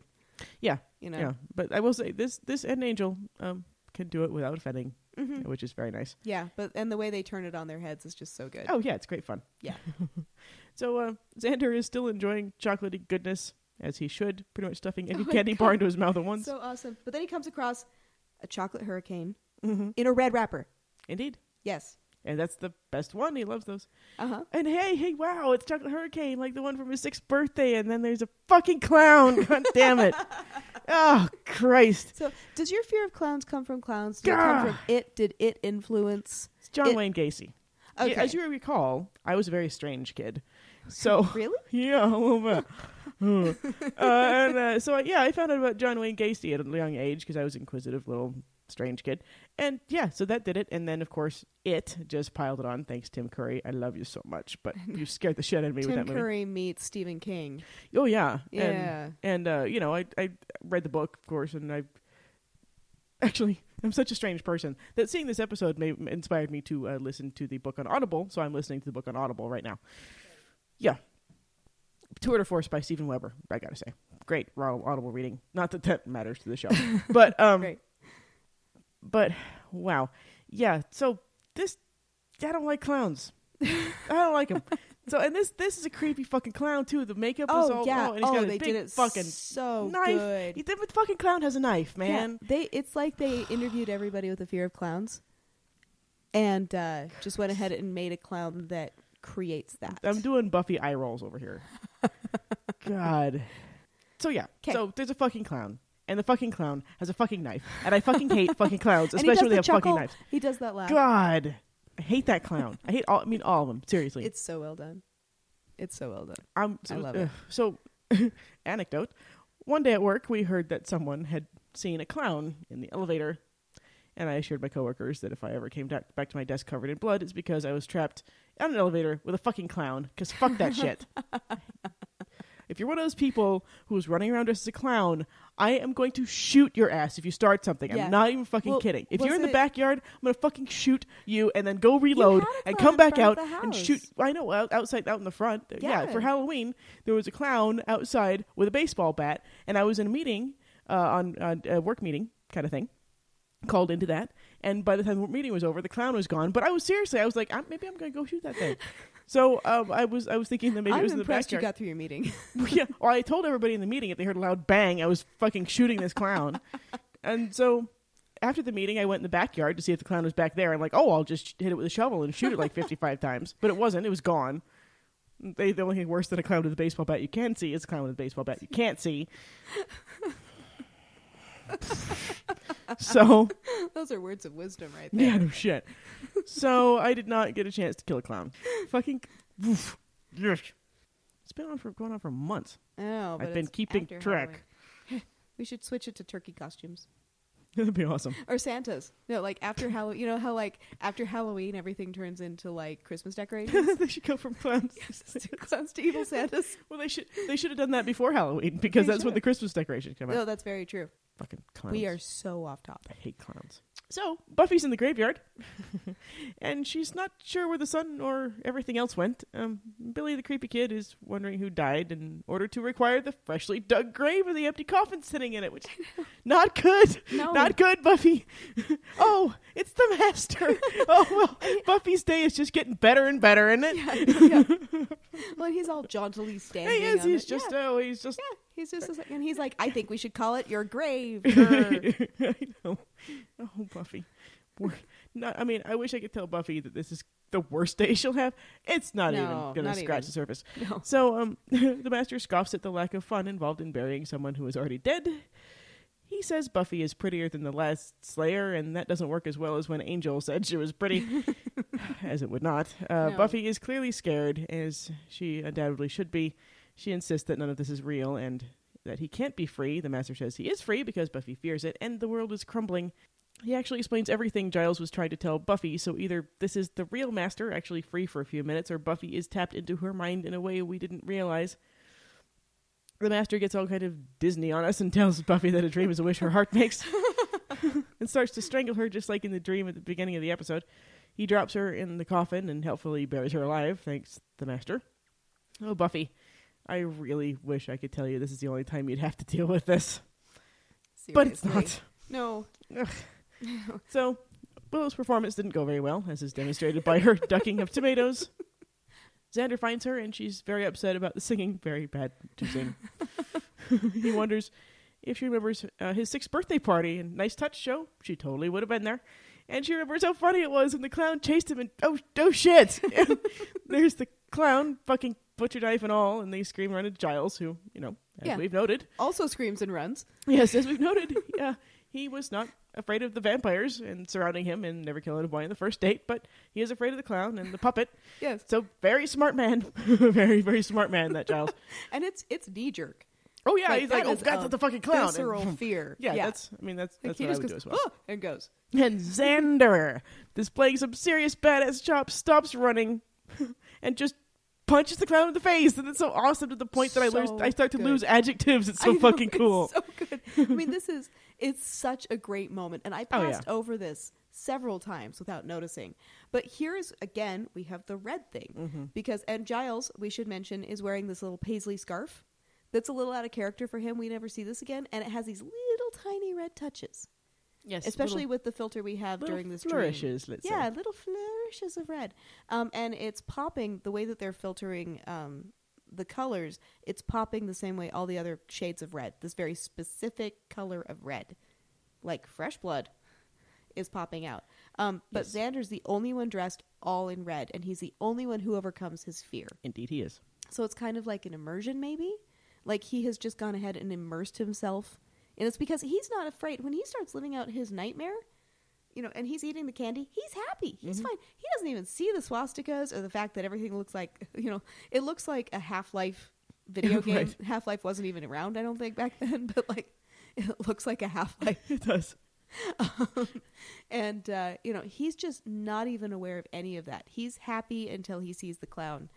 B: Yeah.
A: you know.
B: Yeah. But I will say this this end angel um can do it without offending,
A: Mhm.
B: which is very nice.
A: Yeah, but and the way they turn it on their heads is just so good.
B: Oh yeah, it's great fun.
A: Yeah.
B: so uh, Xander is still enjoying chocolatey goodness as he should, pretty much stuffing every
A: Oh my
B: candy
A: God.
B: bar into his mouth at once.
A: so awesome! But then he comes across a chocolate hurricane
B: Mhm.
A: in a red wrapper.
B: Indeed,
A: Yes.
B: and that's the best one. He loves those.
A: Uh huh.
B: And hey, hey, wow, it's chocolate hurricane, like the one from his sixth birthday. And then there's a fucking clown. God damn it! Oh Christ!
A: So, does your fear of clowns come from clowns? Did it come
B: Gah!
A: from it? Did it influence?
B: It's John
A: It-
B: Wayne Gacy. Yeah,
A: Okay.
B: As you recall, I was a very strange kid. So
A: really?
B: Yeah, a little bit. uh, and uh, so, yeah, I found out about John Wayne Gacy at a young age because I was inquisitive, little strange kid. And yeah, so that did it. And then, of course, it just piled it on. Thanks, Tim Curry. I love you so much, but you scared the shit out of me with
A: Tim
B: that movie.
A: Curry meets Stephen King.
B: Oh yeah,
A: Yeah.
B: And, and uh, you know, I I read the book, of course, and I actually I'm such a strange person that seeing this episode may, inspired me to uh, listen to the book on Audible. So I'm listening to the book on Audible right now. Yeah, Tour de Force by Stephen Weber. I gotta say, great raw Audible reading. Not that that matters to the show, but um,
A: Great.
B: but wow, yeah. So this I don't like clowns. I don't like them. So and this this is a creepy fucking clown too. The makeup is
A: Oh
B: all
A: yeah!
B: oh, and he's
A: Oh,
B: got a
A: they
B: big
A: did it
B: fucking
A: so
B: knife.
A: good.
B: He- The fucking clown has a knife, man.
A: Yeah, they it's like they interviewed everybody with a fear of clowns, and uh, just went ahead and made a clown that creates that.
B: I'm doing Buffy eye rolls over here. God. So yeah.
A: 'Kay.
B: So there's a fucking clown, and the fucking clown has a fucking knife, and I fucking hate fucking clowns,
A: And
B: especially
A: he
B: when they
A: does
B: have
A: the chuckle.
B: fucking knives.
A: He does that laugh.
B: God, I hate that clown. I hate all. I mean, all of them. Seriously.
A: It's so well done. It's so well done.
B: I'm so,
A: Um, I love
B: ugh.
A: it.
B: so anecdote. One day at work, we heard that someone had seen a clown in the elevator, and I assured my coworkers that if I ever came da- back to my desk covered in blood, it's because I was trapped on an elevator with a fucking clown. Because fuck that shit. If you're one of those people who's running around dressed as a clown, I am going to shoot your ass if you start something.
A: Yeah.
B: I'm not even fucking
A: Well,
B: kidding. If
A: was
B: you're in the
A: it-
B: backyard, I'm gonna fucking shoot you and then go reload
A: had a
B: and
A: clown
B: come
A: in
B: back out
A: front of the
B: and
A: house.
B: shoot. I know out, outside, out in the front. Yeah.
A: Yeah.
B: for Halloween there was a clown outside with a baseball bat, and I was in a meeting uh, on, on a work meeting kind of thing. Called into that, and by the time the meeting was over, the clown was gone. But I was seriously, I was like, I'm, maybe I'm gonna go shoot that thing. so um, I was, I was thinking that maybe it
A: I'm
B: was in the
A: impressed you
B: backyard.
A: got through your meeting.
B: yeah. Well, I told everybody in the meeting if they heard a loud bang, I was fucking shooting this clown. and so after the meeting, I went in the backyard to see if the clown was back there. I'm like, oh, I'll just hit it with a shovel and shoot it like 55 times. But it wasn't. It was gone. They, the only thing worse than a clown with a baseball bat you can see is a clown with a baseball bat you can't see. so
A: Those are words of wisdom, right there.
B: yeah, no shit. so I did not get a chance to kill a clown. Fucking. oof. Yuck. It's been on for going on for months.
A: I know.
B: I've
A: Oh, but
B: been
A: it's
B: keeping
A: after
B: track.
A: Halloween. we should switch it to turkey costumes
B: That'd be awesome.
A: or Santas. No, like after Halloween. You know how like after Halloween everything turns into like Christmas decorations.
B: they should go from clowns.
A: Clowns to evil Santas.
B: Well, they should they should have done that before Halloween because
A: They
B: that's when
A: should.
B: the Christmas decoration came out.
A: No, that's very true.
B: Fucking clowns.
A: We are so off topic.
B: I hate clowns. So Buffy's in the graveyard, and she's not sure where the sun or everything else went. Um, Billy the creepy kid is wondering who died in order to require the freshly dug grave with the empty coffin sitting in it, which not good.
A: No.
B: Not good, Buffy. oh, it's the master. oh well, Buffy's day is just getting better and better, isn't it?
A: yeah. Well, he's all jauntily standing.
B: He is.
A: on
B: He's
A: it.
B: just.
A: Yeah.
B: Oh, he's just.
A: yeah. He's just, and he's like, I think we should call it your grave. Grr.
B: I know. Oh, Buffy. We're, no, I mean, I wish I could tell Buffy that this is the worst day she'll have. It's not even
A: No,
B: going to
A: not
B: scratch
A: even.
B: the surface.
A: no.
B: So, um, the master scoffs at the lack of fun involved in burying someone who is already dead. He says Buffy is prettier than the last Slayer, and that doesn't work as well as when Angel said she was pretty, as it would not.
A: No.
B: Uh, Buffy is clearly scared, as she undoubtedly should be. She insists that none of this is real and that he can't be free. The master says he is free because Buffy fears it, and the world is crumbling. He actually explains everything Giles was trying to tell Buffy, so either this is the real master, actually free for a few minutes, or Buffy is tapped into her mind in a way we didn't realize. The master gets all kind of Disney on us and tells Buffy that a dream is a wish her heart makes and starts to strangle her just like in the dream at the beginning of the episode. He drops her in the coffin and helpfully buries her alive, thanks the master. Oh, Buffy, I really wish I could tell you this is the only time you'd have to deal with this, but it's
A: Seriously.
B: not.
A: No.
B: So, Willow's performance didn't go very well, as is demonstrated by her ducking of tomatoes. Xander finds her, and she's very upset about the singing. Very bad to sing. he wonders if she remembers uh, his sixth birthday party and nice touch show. She totally would have been there. And she remembers how funny it was when the clown chased him and oh, oh shit! There's the clown, fucking butcher knife and all, and they scream around at Giles, who, you know, as
A: Yeah.
B: we've noted,
A: Also screams and runs.
B: Yes, as we've noted, yeah, he was not afraid of the vampires and surrounding him and never killing a boy in the first date, but he is afraid of the clown and the puppet.
A: Yes.
B: So very smart man, very very smart man that Giles.
A: And it's it's knee jerk.
B: Oh yeah,
A: Like,
B: he's
A: that
B: like, oh
A: is
B: god,
A: a
B: that's the fucking clown. And-
A: Visceral fear.
B: yeah, that's I mean that's
A: Like,
B: that's
A: he
B: what I
A: just
B: would do
A: goes,
B: as well.
A: "Ah," and goes.
B: And Xander, displaying some serious badass chops, stops running and just punches the clown in the face. And it's so awesome to the point that I lose,
A: So
B: I start to
A: good.
B: lose adjectives. It's so
A: I know,
B: fucking
A: it's
B: cool.
A: so good. I mean, this is it's such a great moment, and I
B: Oh, yeah.
A: passed over this several times without noticing. But here is again, we have the red thing
B: Mm-hmm.
A: because and Giles, we should mention, is wearing this little paisley scarf that's a little out of character for him. We never see this again, and it has these little tiny red touches.
B: Yes,
A: especially
B: little-
A: with the filter we have
B: little
A: during this dream.
B: flourishes. Let's say.
A: yeah, little flourishes of red. Um, and it's popping the way that they're filtering um, the colors. It's popping the same way all the other shades of red. This very specific color of red, like fresh blood, is popping out. Um, but
B: Yes.
A: Xander's the only one dressed all in red, and he's the only one who overcomes his fear.
B: Indeed, he is.
A: So it's kind of like an immersion, maybe. Like he has just gone ahead and immersed himself. And it's because he's not afraid. When he starts living out his nightmare, you know, and he's eating the candy, he's happy. He's fine. He doesn't even see the swastikas or the fact that everything looks like, you know, it looks like a Half Life video game.
B: Right.
A: Half Life wasn't even around, I don't think, back then, but like it looks like a Half Life.
B: It does.
A: and, uh, you know, he's just not even aware of any of that. He's happy until he sees the clown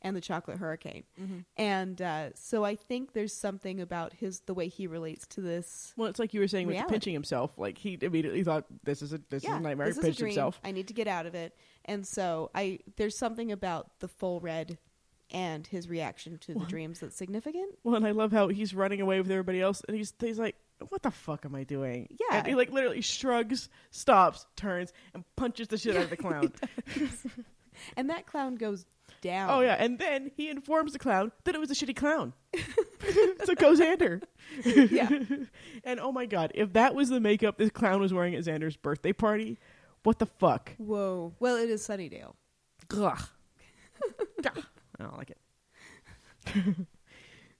A: and the chocolate hurricane.
B: Mm-hmm.
A: And uh, so I think there's something about his the way he relates to this.
B: Well, it's like you were saying with the
A: Reality.
B: pinching himself. Like he immediately thought, "This is a this is a nightmare."
A: this is
B: he
A: a
B: pinched
A: dream.
B: himself.
A: I need to get out of it. And so I there's something about the full red and his reaction to the dreams that's significant.
B: Well, and I love how he's running away with everybody else, and he's he's like, "What the fuck am I doing?"
A: Yeah.
B: and he like literally shrugs, stops, turns, and punches the shit out of the clown.
A: And that clown goes down.
B: oh yeah, and then he informs the clown that it was a shitty clown. so go Xander.
A: Yeah.
B: and oh my god, if that was the makeup this clown was wearing at Xander's birthday party, what the fuck?
A: Whoa. Well, it is Sunnydale.
B: Ugh. Ugh. I don't like it.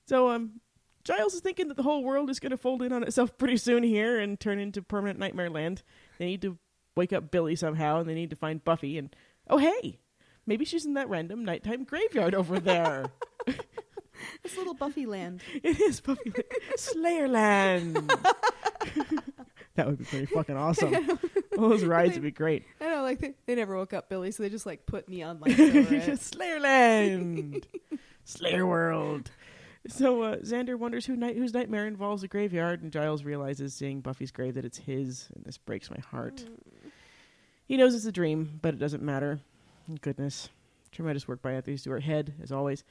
B: so um Giles is thinking that the whole world is going to fold in on itself pretty soon here and turn into permanent nightmare land. They need to wake up Billy somehow and they need to find Buffy and oh hey, maybe she's in that random nighttime graveyard over there.
A: It's little Buffy land.
B: it is Buffy like, Slayerland. that would be pretty fucking awesome. All those rides would be great.
A: I know, like they, they never woke up Billy, so they just like put neon lights over it.
B: Slayerland, Slayer World. So uh, Xander wonders who night whose nightmare involves a graveyard, and Giles realizes seeing Buffy's grave that it's his, and this breaks my heart. He knows it's a dream, but it doesn't matter. Goodness, tremendous work by Anthony Stewart Head, as always.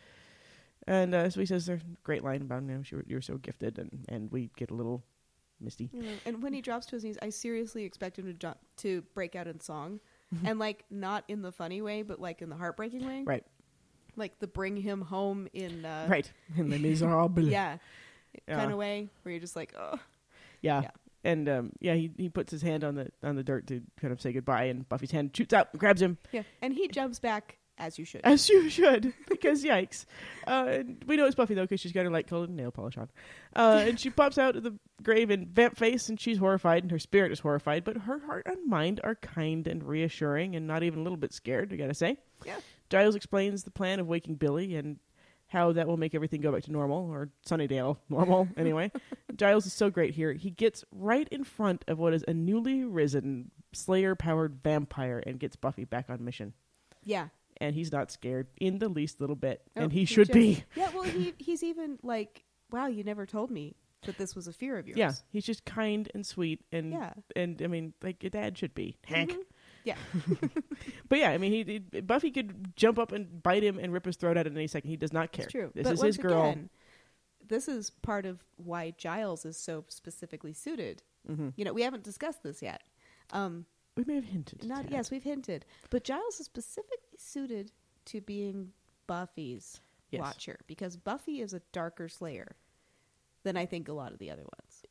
B: And uh, so he says a great line about him. You're, you're so gifted, and and we get a little misty.
A: You know, and when he drops to his knees, I seriously expect him to jump, to break out in song, and like not in the funny way, but like in the heartbreaking way,
B: Mm-hmm. Right,
A: like the bring him home in uh,
B: right. And the miserable.
A: yeah,
B: Yeah.
A: kind of way where you're just like, oh,
B: Yeah.
A: Yeah.
B: And um, yeah, he, he puts his hand on the on the dirt to kind of say goodbye, and Buffy's hand shoots out, and grabs him
A: yeah, and he jumps back as you should.
B: as you should, because yikes! Uh, and we know it's Buffy though, because she's got her light colored nail polish on, uh, and she pops out of the grave in vamp face, and she's horrified, and her spirit is horrified, but her heart and mind are kind and reassuring, and not even a little bit scared. I gotta say,
A: Yeah.
B: Giles explains the plan of waking Billy and how that will make everything go back to normal or Sunnydale normal anyway. Giles is so great here. He gets right in front of what is a newly risen Slayer powered vampire and gets Buffy back on mission.
A: yeah,
B: And he's not scared in the least little bit.
A: Oh,
B: and he, should
A: just-
B: be.
A: Yeah, well, he he's even like, wow, you never told me that this was a fear of yours.
B: Yeah. He's just kind and sweet and
A: Yeah. Mm-hmm.
B: and I mean like your dad should be. Hank.
A: Yeah.
B: But yeah, I mean he, he- Buffy could jump up and bite him and rip his throat out at any second. He does not care.
A: It's true.
B: This
A: but
B: is
A: once
B: his girl.
A: Again, this is part of why Giles is so specifically suited. You know, we haven't discussed this yet. Um,
B: we may have hinted. at
A: not
B: that.
A: yes, we've hinted, but Giles is specifically suited to being Buffy's
B: Yes.
A: watcher because Buffy is a darker Slayer than I think a lot of the other ones.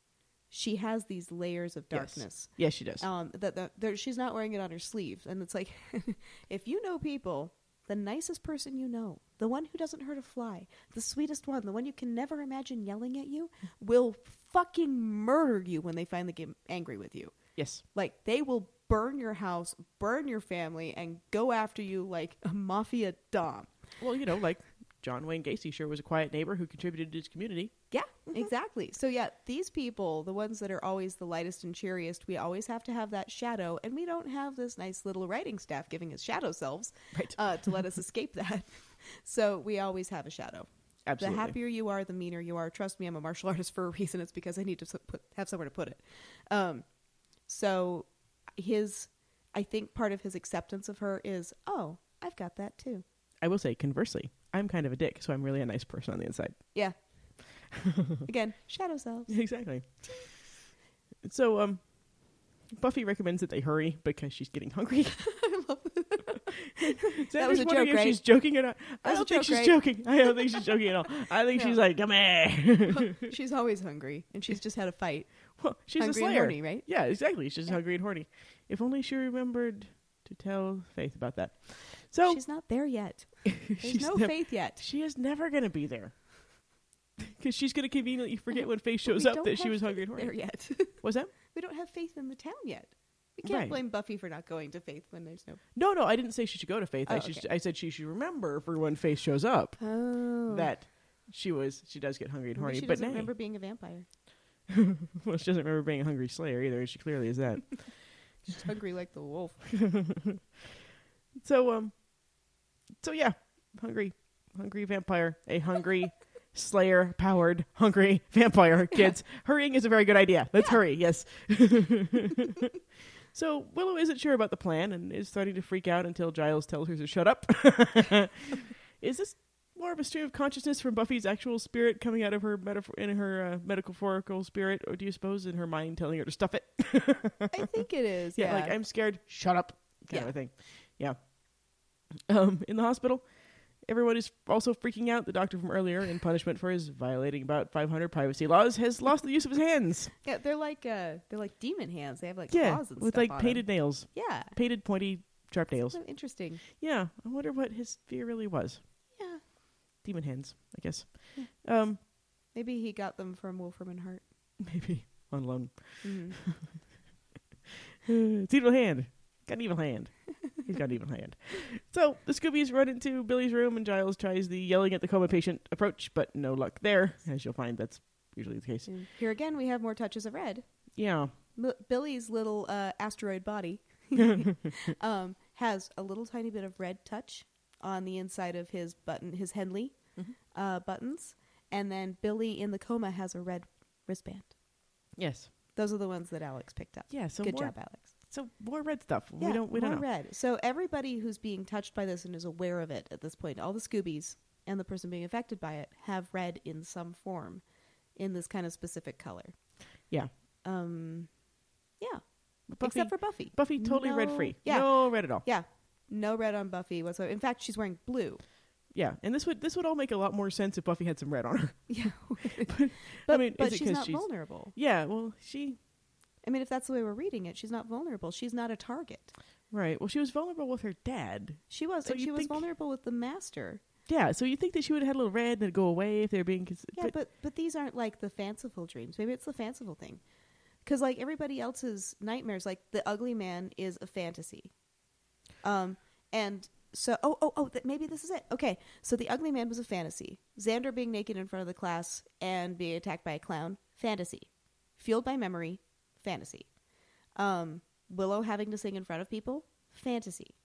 A: She has these layers of
B: Yes.
A: darkness.
B: Yes, she does.
A: Um, that that there, she's not wearing it on her sleeve, and it's like, if you know people, the nicest person you know, the one who doesn't hurt a fly, the sweetest one, the one you can never imagine yelling at you, will fucking murder you when they finally get angry with you.
B: yes.
A: Like they will burn your house, burn your family, and go after you like a mafia dom.
B: Well, you know, like John Wayne Gacy sure was a quiet neighbor who contributed to his community.
A: Yeah,
B: Mm-hmm.
A: exactly. So yeah, these people, the ones that are always the lightest and cheeriest, we always have to have that shadow, and we don't have this nice little writing staff giving us shadow selves
B: Right.
A: uh, to let us escape that. So we always have a shadow.
B: Absolutely.
A: The happier you are, the meaner you are. Trust me, I'm a martial artist for a reason. It's because I need to s- put, have somewhere to put it. Um, so his, I think part of his acceptance of her is, oh, I've got that too.
B: I will say, conversely, I'm kind of a dick, so I'm really a nice person on the inside.
A: Yeah.
B: Mm-hmm.
A: Again, shadow selves.
B: Exactly. So, um, Buffy recommends that they hurry because she's getting hungry. Xander's
A: That was a
B: wondering
A: joke,
B: if
A: right?
B: she's joking or not. I
A: was
B: don't
A: a joke,
B: think she's
A: right?
B: joking. I don't think she's joking at all. I think
A: No.
B: she's like, come here.
A: she's always hungry, and she's just had a fight.
B: well, she's
A: hungry
B: a
A: and
B: slayer.
A: horny, right?
B: Yeah, exactly. She's
A: Yeah.
B: hungry and horny. If only she remembered to tell Faith about that. So
A: she's not there yet.
B: she's,
A: There's no
B: nev-
A: faith yet.
B: She is never going to be there. Because she's going to conveniently forget when Faith shows
A: we
B: up
A: don't
B: that she
A: have
B: was hungry and
A: There
B: horny.
A: yet.
B: Was that?
A: we don't have faith in the town yet. We can't
B: Right.
A: blame Buffy for not going to faith when there's no.
B: No, no, I didn't say she should go to Faith. I,
A: Oh,
B: should,
A: okay.
B: I said she should remember for when Faith shows up
A: Oh,
B: that she was she does get hungry and
A: Maybe
B: horny.
A: she
B: but
A: doesn't
B: nay.
A: remember being a vampire.
B: well, she doesn't remember being a hungry slayer either. and She clearly is that.
A: She's hungry like the wolf.
B: so um, so yeah, hungry, hungry vampire, a hungry slayer powered hungry vampire. Kids, hurrying is a very good idea. Let's hurry. Yes. So Willow isn't sure about the plan and is starting to freak out until Giles tells her to shut up. is this more of a stream of consciousness from Buffy's actual spirit coming out of her metaphor in her uh, metaphorical spirit, or do you suppose in her mind telling her to stuff it?
A: I think it is.
B: Yeah,
A: Yeah,
B: like I'm scared. Shut up, kind of
A: Yeah.
B: a thing. Yeah. Um, in the hospital, everyone is also freaking out. The doctor from earlier, in punishment for his violating about 500 privacy laws, has lost the use of his hands.
A: yeah, they're like uh, they're like demon hands. They have like
B: yeah,
A: claws and
B: with
A: stuff
B: like
A: on 'em.
B: painted nails,
A: Yeah,
B: painted pointy, sharp nails.
A: so interesting.
B: Yeah, I wonder what his fear really was.
A: Yeah,
B: Demon hands, I guess.
A: Yeah.
B: Um,
A: maybe he got them from Wolferman Hart.
B: maybe on loan.
A: Mhm.
B: it's evil hand. Got an evil hand. He's got an evil hand. So the Scoobies run into Billy's room, and Giles tries the yelling at the coma patient approach, but no luck there, as you'll find that's usually the case.
A: And Here again, we have more touches of red.
B: Yeah,
A: M- Billy's little uh, asteroid body um, has a little tiny bit of red touch on the inside of his button, his Henley
B: Mm-hmm.
A: uh, buttons, and then Billy in the coma has a red wristband.
B: yes,
A: Those are the ones that Alex picked up.
B: yeah. So
A: Good
B: more,
A: job, Alex.
B: So more red stuff.
A: Yeah,
B: we don't. We
A: more
B: don't know.
A: red. So everybody who's being touched by this and is aware of it at this point, all the Scoobies and the person being affected by it have red in some form, in this kind of specific color.
B: Yeah.
A: Um, yeah.
B: Buffy,
A: Except for Buffy.
B: Buffy, totally red
A: No-
B: free.
A: Yeah.
B: No red at all.
A: Yeah. No red on Buffy whatsoever. In fact, she's wearing blue.
B: Yeah, and this would this would all make a lot more sense if Buffy had some red on her.
A: Yeah. but
B: I mean,
A: but
B: is it
A: she's
B: 'cause
A: not
B: she's-
A: vulnerable.
B: Yeah, well, she
A: I mean, if that's the way we're reading it, she's not vulnerable. She's not a target.
B: right. Well, she was vulnerable with her dad.
A: She was.
B: So
A: and
B: you
A: she was
B: think-
A: vulnerable with the master.
B: Yeah, so you think that she would have had a little red and it'd go away if they're being cons-
A: Yeah, but, but these aren't like the fanciful dreams. Maybe it's the fanciful thing. Because like everybody else's nightmares, like the ugly man is a fantasy. Um, and so oh oh oh, th- maybe this is it. Okay, so the ugly man was a fantasy. Xander being naked in front of the class and being attacked by a clown, fantasy. Fueled by memory, fantasy. Um, Willow having to sing in front of people, fantasy.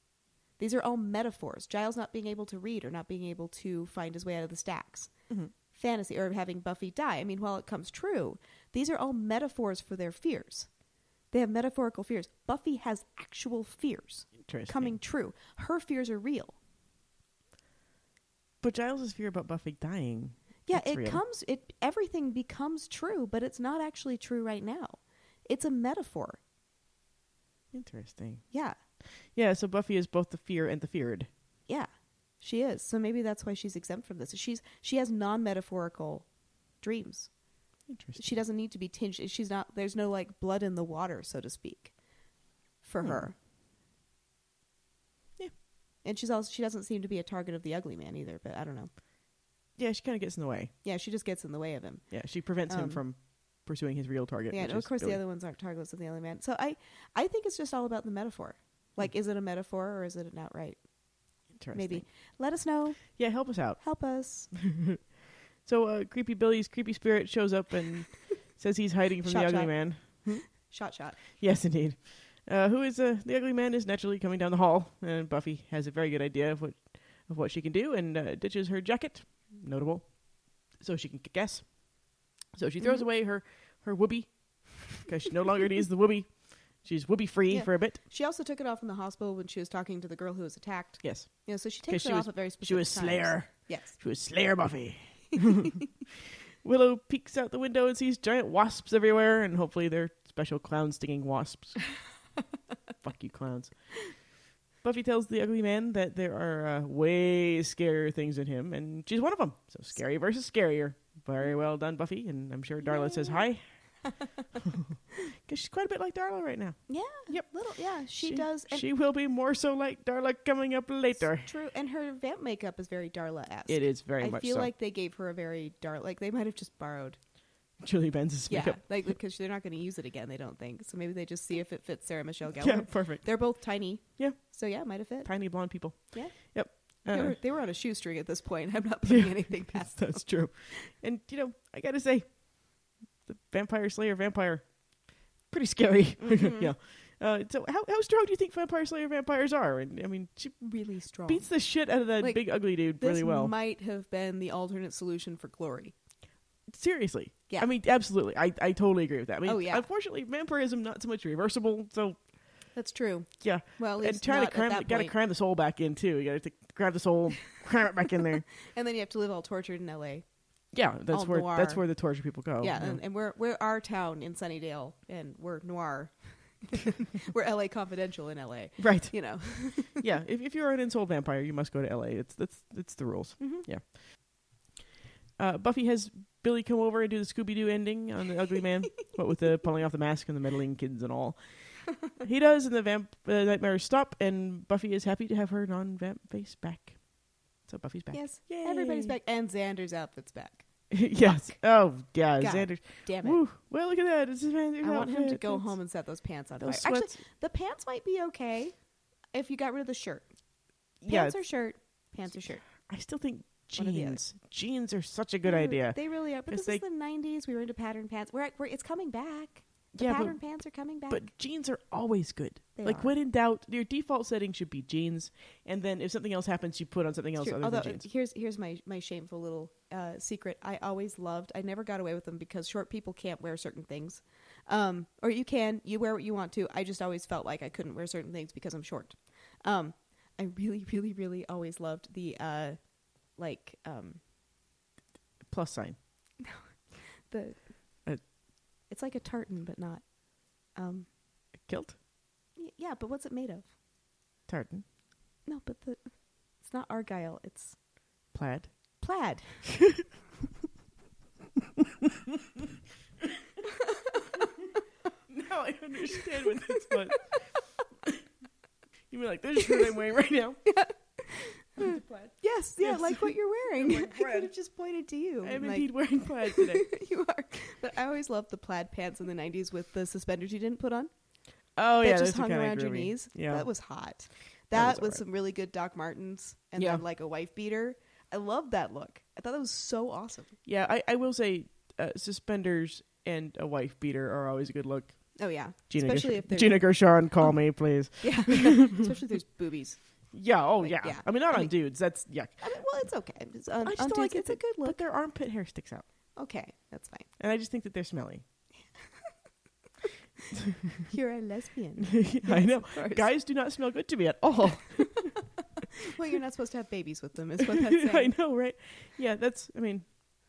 A: These are all metaphors. Giles not being able to read or not being able to find his way out of the stacks.
B: Mm-hmm.
A: Fantasy, or having Buffy die. I mean, while it comes true, these are all metaphors for their fears. They have metaphorical fears. Buffy has actual fears
B: Interesting.
A: coming true. Her fears are real.
B: But Giles's fear about Buffy dying.
A: Yeah,
B: that's
A: it
B: real.
A: comes it everything becomes true, but it's not actually true right now. It's a metaphor.
B: Interesting.
A: Yeah.
B: Yeah, so Buffy is both the fear and the feared.
A: Yeah. She is. So maybe that's why she's exempt from this. She's she has non-metaphorical dreams.
B: Interesting.
A: She doesn't need to be tinged. She's not there's no like blood in the water, so to speak, for
B: Hmm.
A: her.
B: Yeah.
A: And she's also she doesn't seem to be a target of the ugly man either, but I don't know.
B: Yeah, she kind of gets in the way.
A: Yeah, she just gets in the way of him.
B: Yeah, she prevents him
A: Um,
B: from pursuing his real target.
A: Yeah,
B: which
A: and of
B: is
A: course
B: Billy.
A: the other ones aren't targets of the other man. So I, I think it's just all about the metaphor. Like, is it a metaphor or is it an outright?
B: Hmm. Interesting.
A: Maybe. Let us know.
B: Yeah, help us out.
A: Help us.
B: So, uh, creepy Billy's creepy spirit shows up and says he's hiding from the
A: Shot,
B: ugly
A: shot.
B: man.
A: Shot, shot.
B: Yes, indeed. Uh, who is uh, the ugly man is naturally coming down the hall, and Buffy has a very good idea of what of what she can do, and uh, ditches her jacket, notable, so she can kick ass. So she throws
A: Mhm.
B: away her her whoopee because she no longer needs the whoopee. She's whoopee free
A: Yeah.
B: for a bit.
A: She also took it off in the hospital when she was talking to the girl who was attacked.
B: Yes,
A: You know, so she takes
B: she
A: it off
B: was-
A: at very specific
B: she was
A: times.
B: Slayer.
A: Yes.
B: She was Slayer Buffy. Willow peeks out the window and sees giant wasps everywhere, and hopefully they're special clown stinging wasps. Fuck you, clowns. Buffy tells the ugly man that there are uh, way scarier things than him, and she's one of them. So scary versus scarier. Very well done, Buffy, and I'm sure Darla says hi. Because she's quite a bit like Darla right now.
A: Yeah.
B: Yep.
A: Little. Yeah. She, does. And
B: she will be more so like Darla coming up later.
A: it's true. And her vamp makeup is very Darla esque.
B: It is very
A: I
B: much
A: feel
B: so.
A: like they gave her a very Darla. Like they might have just borrowed.
B: Julie Benz's
A: Yeah.
B: makeup.
A: Like because they're not going to use it again. They don't think. So maybe they just see if it fits Sarah Michelle Gellar.
B: Yeah, perfect.
A: They're both tiny.
B: Yeah.
A: So yeah, it might have fit.
B: Tiny blonde people.
A: Yeah.
B: Yep.
A: They,
B: Uh,
A: were, they were on a shoestring at this point. I'm not putting anything past them.
B: That's true. And you know, I gotta say, the Vampire Slayer vampire, pretty scary.
A: Mm-hmm.
B: yeah. Uh, so how how strong do you think Vampire Slayer vampires are? And I mean, she
A: Really strong.
B: beats the shit out of that
A: Oh. Like,
B: big ugly dude
A: this
B: really well.
A: might have been the alternate solution for Glory.
B: Seriously.
A: Yeah.
B: I mean, absolutely. I, I totally agree with that. I mean,
A: Oh, yeah.
B: unfortunately, vampirism not so much reversible. So
A: That's true.
B: yeah,
A: Well, at
B: and
A: least
B: trying to
A: not at
B: cram,
A: that
B: got to
A: point.
B: cram the soul back in too. You got to grab the soul, cram it back in there.
A: And then you have to live all tortured in L.A.
B: Yeah, that's
A: All
B: where
A: noir.
B: that's where the torture people go.
A: yeah, and, and we're we're our town in Sunnydale, and we're noir. we're L.A. Confidential in L.A.
B: right.
A: You know,
B: yeah, if, if you're an insole vampire, you must go to L.A. It's that's it's the rules.
A: Mm-hmm.
B: Yeah. Uh, Buffy has Billy come over and do the Scooby Doo ending on the Ugly Man, what with the pulling off the mask and the meddling kids and all. He does, and the vamp uh, nightmares stop, and Buffy is happy to have her non-vamp face back. So Buffy's back.
A: yes, everybody's
B: Yay.
A: back, and Xander's outfit's back.
B: yes. Oh, yeah,
A: God
B: Xander.
A: Damn it!
B: Woo. Well, look at that. It's Xander's
A: I want him to
B: outfit.
A: go
B: It's-
A: home and set those pants on fire.
B: those sweats-
A: Actually, the pants might be okay if you got rid of the shirt.
B: Yeah,
A: Pants or shirt. Pants or shirt.
B: I still think
A: One or the other.
B: jeans. Jeans are such a good
A: They-
B: idea.
A: They really are. But
B: Because
A: this is the '90s. We were into pattern pants. We're, at, we're it's coming back. The
B: Yeah, but-
A: pattern pants are coming back.
B: But jeans are always good.
A: They
B: like
A: are.
B: when in doubt, your default setting should be jeans, and then if something else happens, you put on something else
A: True.
B: other
A: Although
B: than
A: uh,
B: jeans.
A: here's here's my my shameful little uh, secret. I always loved. I never got away with them because short people can't wear certain things, um, or you can. You wear what you want to. I just always felt like I couldn't wear certain things because I'm short. Um, I really, really, really always loved the uh, like um,
B: Plus sign.
A: the.
B: Uh,
A: it's like a tartan, but not. Um,
B: Kilt?
A: y- yeah, but what's it made of?
B: Tartan.
A: No, but the. It's not argyle. It's
B: Plaid.
A: plaid.
B: Now I understand what that's what. you mean like this is what I'm wearing right now?
A: Yes, yeah,
B: Yes.
A: like what you're wearing.
B: Like
A: I could
B: bread.
A: have just pointed to you.
B: I
A: and,
B: am
A: like,
B: indeed wearing plaid today.
A: you are. But I always loved the plaid pants in the '90s with the suspenders you didn't put on.
B: Oh
A: that
B: yeah,
A: just
B: those are
A: hung
B: kinda
A: around your
B: groovy.
A: knees.
B: Yeah,
A: that was hot.
B: That
A: That,
B: was
A: was
B: alright.
A: some really good Doc Martens, and
B: Yeah.
A: then like a wife beater. I love that look. I thought that was so awesome.
B: yeah. I, I will say uh, suspenders and a wife beater are always a good look.
A: Oh yeah,
B: Gina,
A: especially
B: Gersh-
A: if Oh. there's
B: Gina Gershon, call me please.
A: yeah, especially if there's boobies.
B: Yeah. Oh
A: Like,
B: yeah.
A: yeah.
B: I mean, not
A: I
B: on
A: mean-
B: dudes. That's yuck.
A: I mean, well, it's okay. It's, on,
B: I just
A: on
B: don't
A: dudes,
B: like it
A: it's a
B: that-
A: good
B: But
A: look.
B: their armpit hair sticks out.
A: Okay, that's fine.
B: And I just think that they're smelly.
A: You're a lesbian.
B: I know.
A: Of course.
B: Guys do not smell good to me at all.
A: well, you're not supposed to have babies with them, is what that's saying.
B: I know, right? Yeah, that's I mean,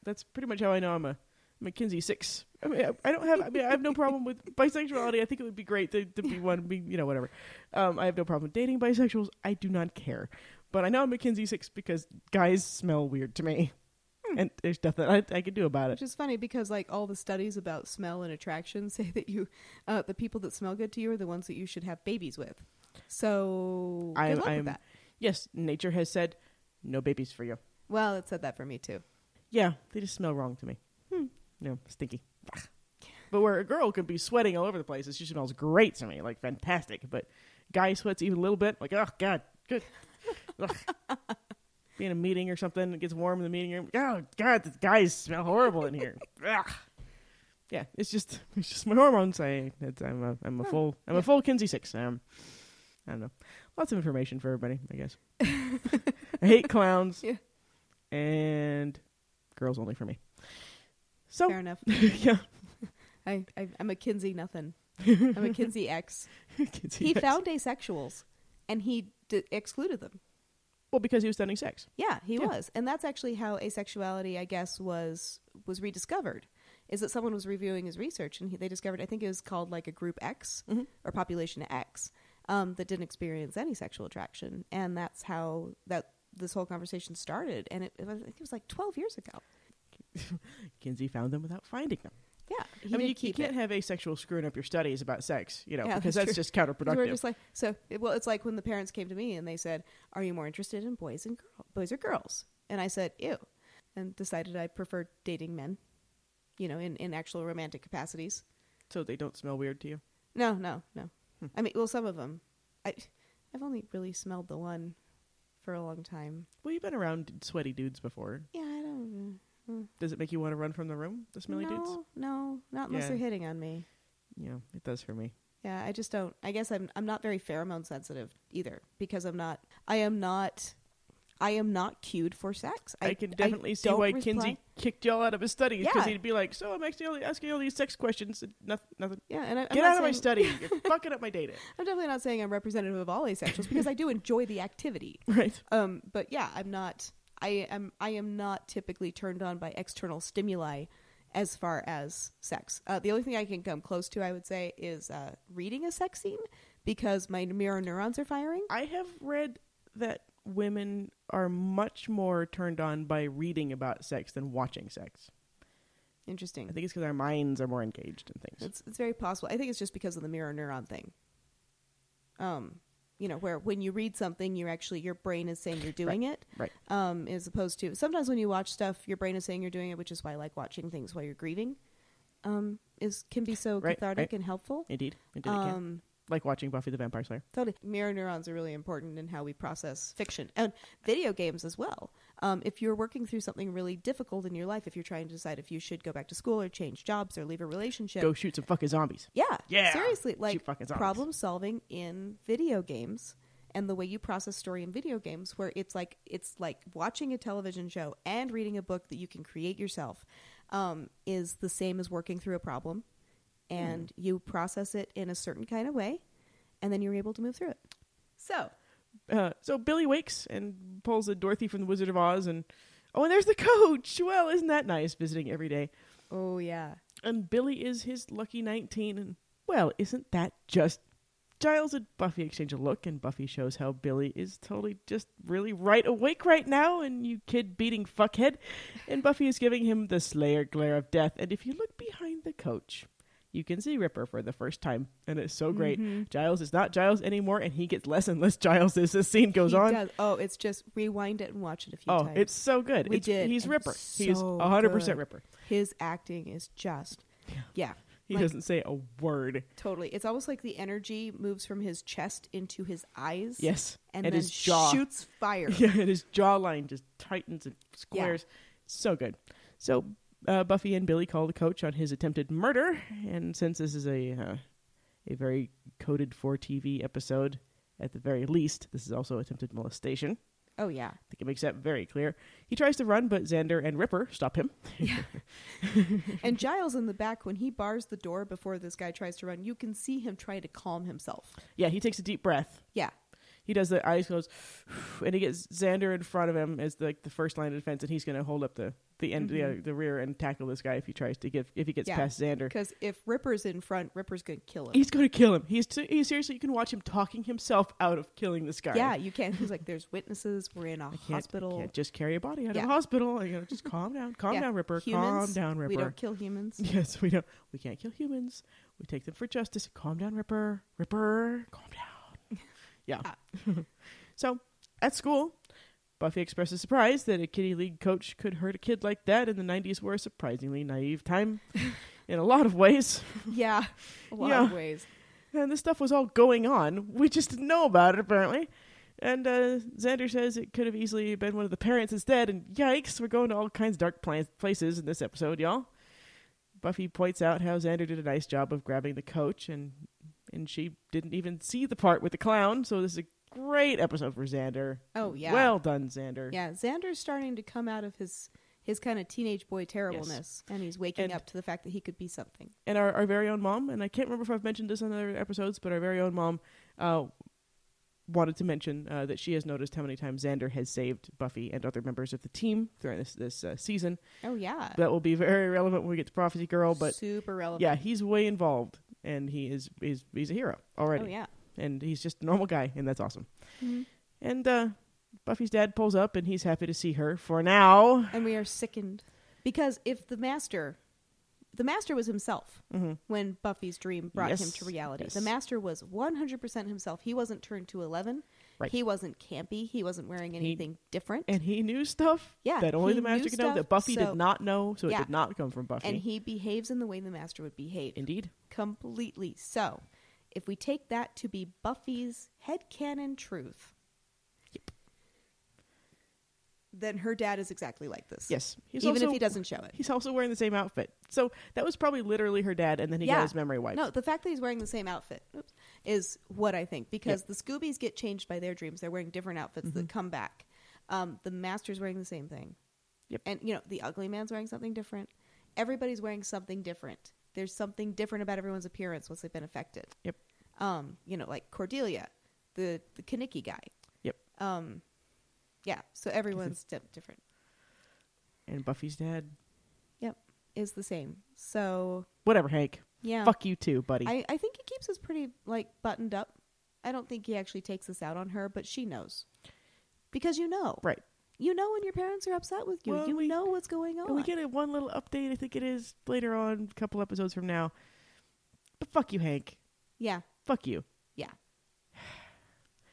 B: that's pretty much how I know I'm a McKinsey six. I mean, I, I don't have I mean I have no problem with bisexuality. I think it would be great to, to be one, be you know, whatever. Um, I have no problem with dating bisexuals. I do not care. But I know I'm McKinsey six because guys smell weird to me.
A: Hmm.
B: And there's nothing I, I can do about it.
A: Which is funny because like all the studies about smell and attraction say that you, uh, the people that smell good to you are the ones that you should have babies with. So
B: I'm-
A: good luck
B: I'm-
A: with that.
B: Yes, nature has said no babies for you.
A: Well, it said that for me too.
B: Yeah, they just smell wrong to me. No, stinky. Ugh. But where a girl could be sweating all over the place, and she smells great to me, like fantastic. But guy sweats even a little bit, like oh god, good. Ugh. Be in a meeting or something, it gets warm in the meeting room. Oh god, the guys smell horrible in here. Ugh. Yeah, it's just it's just my hormones. I it's, I'm a I'm a full I'm a full Kinsey six. Um, I don't know. Lots of information for everybody, I guess. I hate clowns.
A: Yeah.
B: And girls only for me. So
A: Fair enough.
B: yeah,
A: I, I I'm a Kinsey nothing. I'm a Kinsey X.
B: Kinsey
A: He
B: X.
A: found asexuals, and he d- excluded them.
B: well because he was studying sex.
A: Yeah, he
B: Yeah.
A: was, and that's actually how asexuality, I guess, was was rediscovered. is that someone was reviewing his research and he, they discovered I think it was called like a group X
B: Mhm.
A: or population X um, that didn't experience any sexual attraction, and that's how that this whole conversation started. And it, it was, I think it was like twelve years ago.
B: Kinsey found them without finding them.
A: Yeah,
B: I mean, you, you
A: keep
B: can't have asexual screwing up your studies about sex, you know,
A: Yeah,
B: because
A: that's true.
B: that's just
A: 'Cause
B: counterproductive.
A: We're just like so. It, well, it's like when the parents came to me and they said, "Are you more interested in boys and girl, boys or girls?" And I said, "Ew," and decided I prefer dating men, you know, in in actual romantic capacities.
B: so they don't smell weird to you.
A: No, no, no.
B: Hmm.
A: I mean, well, some of them. I I've only really smelled the one for a long time.
B: Well, you've been around sweaty dudes before.
A: Yeah, I don't.
B: Does it make you want to run from the room, the smelly
A: no,
B: dudes?
A: no, not unless
B: Yeah.
A: they're hitting on me.
B: Yeah, it does for me.
A: Yeah, I just don't. I guess I'm I'm not very pheromone sensitive either because I'm not. I am not. I am not cued for sex.
B: I, can definitely see
A: don't
B: why
A: reply-
B: Kinsey kicked y'all out of his studies because
A: Yeah.
B: he'd be like, "So I'm actually only asking all these sex questions, and nothing. nothing.
A: Yeah, and I, I'm
B: Get
A: not
B: out of my
A: saying-
B: study. You're fucking up my data."
A: I'm definitely not saying I'm representative of all asexuals because I do enjoy the activity.
B: Right.
A: Um, but yeah, I'm not. I am. I am not typically turned on by external stimuli, as far as sex. Uh, the only thing I can come close to, I would say, is uh, reading a sex scene because my mirror neurons are firing.
B: I have read that women are much more turned on by reading about sex than watching sex.
A: Interesting.
B: I think it's because our minds are more engaged in things.
A: It's it's very possible. I think it's just because of the mirror neuron thing. Um, you know, where when you read something, you're actually your brain is saying you're doing it.
B: right.
A: Um, as opposed to sometimes when you watch stuff, your brain is saying you're doing it, which is why I like watching things while you're grieving. Um, is can be so
B: Right,
A: cathartic
B: right.
A: and helpful.
B: Indeed. Indeed it can.
A: Um,
B: Like watching Buffy the Vampire Slayer.
A: Totally. Mirror neurons are really important in how we process fiction and video games as well. Um, if you're working through something really difficult in your life, if you're trying to decide if you should go back to school or change jobs or leave a relationship,
B: Go shoot some fucking zombies.
A: yeah.
B: Yeah.
A: Seriously,
B: Shoot
A: like
B: fucking zombies.
A: problem solving in video games and the way you process story in video games where it's like it's like watching a television show and reading a book that you can create yourself um, is the same as working through a problem and
B: Hmm.
A: you process it in a certain kind of way and then you're able to move through it. So,
B: Uh, so Billy wakes and pulls a Dorothy from the Wizard of Oz, and oh, and there's the coach. Well, isn't that nice visiting every day?
A: oh yeah.
B: And Billy is his lucky 19, and well, isn't that just. Giles and Buffy exchange a look, and Buffy shows how Billy is totally just really right awake right now, and you kid beating fuckhead. And Buffy is giving him the Slayer glare of death. And if you look behind the coach, you can see Ripper for the first time, and it's so great.
A: Mm-hmm.
B: Giles is not Giles anymore, and he gets less and less Giles as this scene goes
A: He
B: on.
A: does- Oh, it's just rewind it and watch it a few
B: Oh,
A: times.
B: it's so good.
A: We
B: It's-
A: did,
B: He's
A: and
B: Ripper. he's
A: so
B: 100%
A: good.
B: Ripper.
A: his acting is just yeah.
B: He
A: Like-
B: doesn't say a word.
A: Totally. It's almost like the energy moves from his chest into his eyes.
B: Yes.
A: And,
B: and
A: then
B: his jaw.
A: shoots fire.
B: Yeah, and his jawline just tightens and squares. So good. So uh, Buffy and Billy call the coach on his attempted murder, and since this is a uh, a very coded for TV episode, at the very least, this is also attempted molestation. I
A: Oh yeah.
B: think it makes that very clear. He tries to run, but Xander and Ripper stop him.
A: And Giles in the back when he bars the door before this guy tries to run, you can see him try to calm himself.
B: Yeah, he takes a deep breath.
A: Yeah.
B: He does the eyes closed, and he gets Xander in front of him as the, like the first line of defense, and he's going to hold up the the end the, uh, the rear and tackle this guy if he tries to give if he gets
A: Mm-hmm. Yeah.
B: past Xander.
A: Because if Ripper's in front, Ripper's gonna kill him.
B: He's going to kill him. He's t- he, seriously, you can watch him talking himself out of killing this guy.
A: Yeah, you can't. He's like, there's witnesses. We're in a
B: I can't, I
A: hospital.
B: can't just carry a body out
A: Yeah.
B: of a hospital. You know, just calm down, calm
A: Yeah.
B: down, Ripper. calm
A: Humans,
B: down, Ripper.
A: We don't kill humans.
B: yes, we don't. We can't kill humans. We take them for justice. Calm down, Ripper. Ripper, calm down. Yeah. so at school, Buffy expresses surprise that a kitty league coach could hurt a kid like that, and the '90s were a surprisingly naive time in a lot of ways.
A: yeah. A lot of
B: Yeah.
A: ways.
B: And this stuff was all going on. We just didn't know about it, apparently. And uh, Xander says it could have easily been one of the parents instead. And yikes, we're going to all kinds of dark pla- places in this episode, y'all. Buffy points out how Xander did a nice job of grabbing the coach, and and she didn't even see the part with the clown. So this is a great episode for Xander.
A: Oh yeah.
B: Well done, Xander.
A: Yeah. Xander's starting to come out of his his kind of teenage boy terribleness, and he's waking
B: And-
A: up to the fact that he could be something.
B: and our, our very own mom, and I can't remember if I've mentioned this in other episodes, but our very own mom uh, wanted to mention uh, that she has noticed how many times Xander has saved Buffy and other members of the team throughout this this uh, season.
A: Oh yeah.
B: That will be very relevant when we get to Prophecy Girl, but
A: super relevant.
B: yeah, he's way involved and he is he's, he's a hero already.
A: Oh yeah. Mm-hmm.
B: And he's just a normal guy and that's awesome. And uh Buffy's dad pulls up and he's happy to see her for now.
A: And we are sickened because if the master, the master was himself
B: Mhm.
A: when Buffy's dream brought him
B: Yes,
A: to reality.
B: yes.
A: The master was 100% himself. He wasn't turned to 11.
B: Right.
A: He wasn't campy. He wasn't wearing anything different.
B: And he knew stuff
A: Yeah,
B: that only
A: he
B: the master
A: knew
B: could know
A: stuff,
B: that Buffy
A: so-
B: did not know, so
A: Yeah.
B: it did not come from Buffy.
A: and he behaves in the way the master would behave.
B: Indeed.
A: Completely. So, if we take that to be Buffy's headcanon truth,
B: Yep.
A: then her dad is exactly like this.
B: Yes. He's
A: Even if
B: also-
A: he doesn't show it.
B: He's also wearing the same outfit. So that was probably literally her dad, and then he got his memory wiped.
A: No, the fact that he's wearing the same outfit oops, is what I think because the Scoobies get changed by their dreams. They're wearing different outfits
B: Mm-hmm.
A: that come back. Um, the Master's wearing the same thing.
B: Yep.
A: And, you know, the Ugly Man's wearing something different. Everybody's wearing something different. There's something different about everyone's appearance once they've been affected.
B: Yep.
A: Um, you know, like Cordelia, the, the Kaneki guy.
B: Yep.
A: Um, yeah, so everyone's di- different.
B: And Buffy's dad.
A: Yep. Is the same. So,
B: Whatever, Hank.
A: yeah.
B: Fuck you too, buddy.
A: I, I think he keeps us pretty like buttoned up. I don't think he actually takes this out on her, but she knows because you know,
B: right.
A: you know when your parents are upset with you,
B: Well,
A: you
B: we-
A: know what's going on.
B: And we get a one little update. I think it is later on, a couple episodes from now. But fuck you, Hank.
A: yeah,
B: Fuck you.
A: yeah,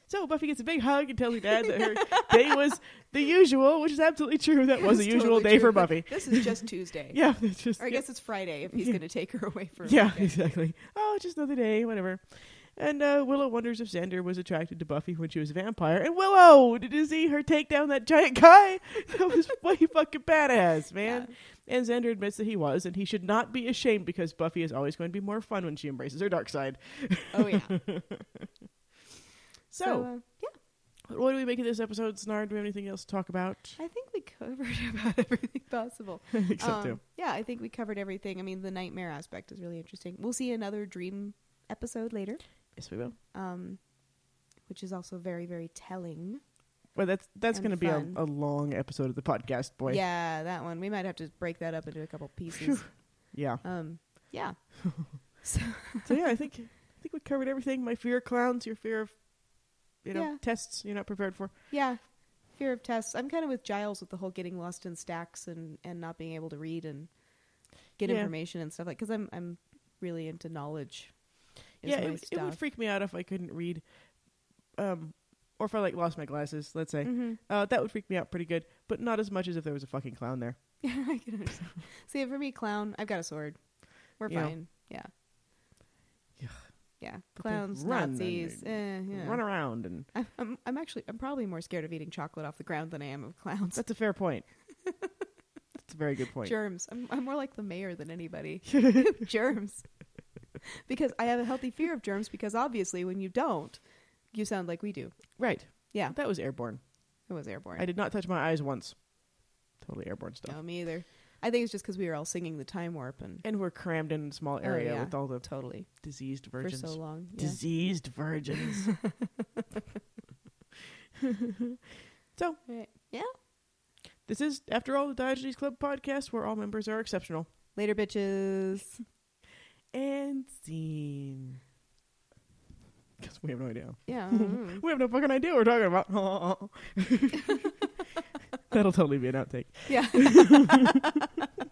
B: So Buffy gets a big hug and tells her dad that her day was the usual, which is absolutely true. That was a
A: It's
B: usual
A: totally
B: day
A: true.
B: for Buffy.
A: This is just Tuesday.
B: Yeah, it's just
A: or I
B: yeah.
A: guess it's Friday if he's
B: Yeah.
A: going to take her away for. a
B: yeah,
A: weekend.
B: exactly. Oh, just another day, whatever. And uh, Willow wonders if Xander was attracted to Buffy when she was a vampire. And Willow, did you see her take down that giant guy? That was way fucking badass, man. And Xander admits that he was, and he should not be ashamed because Buffy is always going to be more fun when she embraces her dark side.
A: Oh yeah. so,
B: So,
A: uh, yeah,
B: what do we make of this episode, Snard? Do we have anything else to talk about?
A: I think we covered about everything possible.
B: Except
A: Um,
B: to-
A: yeah, I think we covered everything. I mean, the nightmare aspect is really interesting. We'll see another dream episode later.
B: yes, we will.
A: um, which is also very very telling.
B: Well, that's that's
A: and
B: going to be a,
A: fun.
B: a long episode of the podcast, boy.
A: Yeah, that one. We might have to break that up into a couple pieces.
B: yeah.
A: um, yeah. so
B: So yeah, I think I think we covered everything. My fear of clowns, your fear of you know
A: Yeah.
B: tests you're not prepared for.
A: yeah, fear of tests. I'm kind of with Giles with the whole getting lost in stacks and and not being able to read and get
B: Yeah.
A: information and stuff like. Because I'm I'm really into knowledge. is
B: yeah,
A: my
B: it, it would
A: stuff.
B: freak me out if I couldn't read, um, or if I like lost my glasses. Let's say
A: Mhm.
B: uh, that would freak me out pretty good, but not as much as if there was a fucking clown there.
A: I can understand. See, for me, clown. I've got a sword. We're
B: Yeah.
A: fine. Yeah.
B: Yeah.
A: Yeah.
B: But they
A: Clowns,
B: run and
A: Nazis.
B: they
A: eh, yeah.
B: Run around, and
A: I'm- I'm, I'm actually, I'm probably more scared of eating chocolate off the ground than I am of clowns.
B: that's a fair point. that's a very good point.
A: Germs. I'm, I'm more like the mayor than anybody. germs. Because I have a healthy fear of germs because obviously when you don't, you sound like we do.
B: Right,
A: Yeah.
B: that was airborne.
A: It was airborne.
B: I did not touch my eyes once. Totally airborne stuff.
A: no, me either. I think it's just because we were all singing the time warp and
B: And we're crammed in a small
A: Oh,
B: area
A: yeah.
B: with all the
A: totally
B: diseased virgins.
A: for so long. Yeah.
B: diseased virgins. so
A: Right. yeah.
B: this is, after all, the Diogenes Club podcast where all members are exceptional.
A: Later, bitches.
B: And scene. Because we have no idea.
A: Yeah. mm.
B: We have no fucking idea what we're talking about. That'll totally be an outtake.
A: Yeah.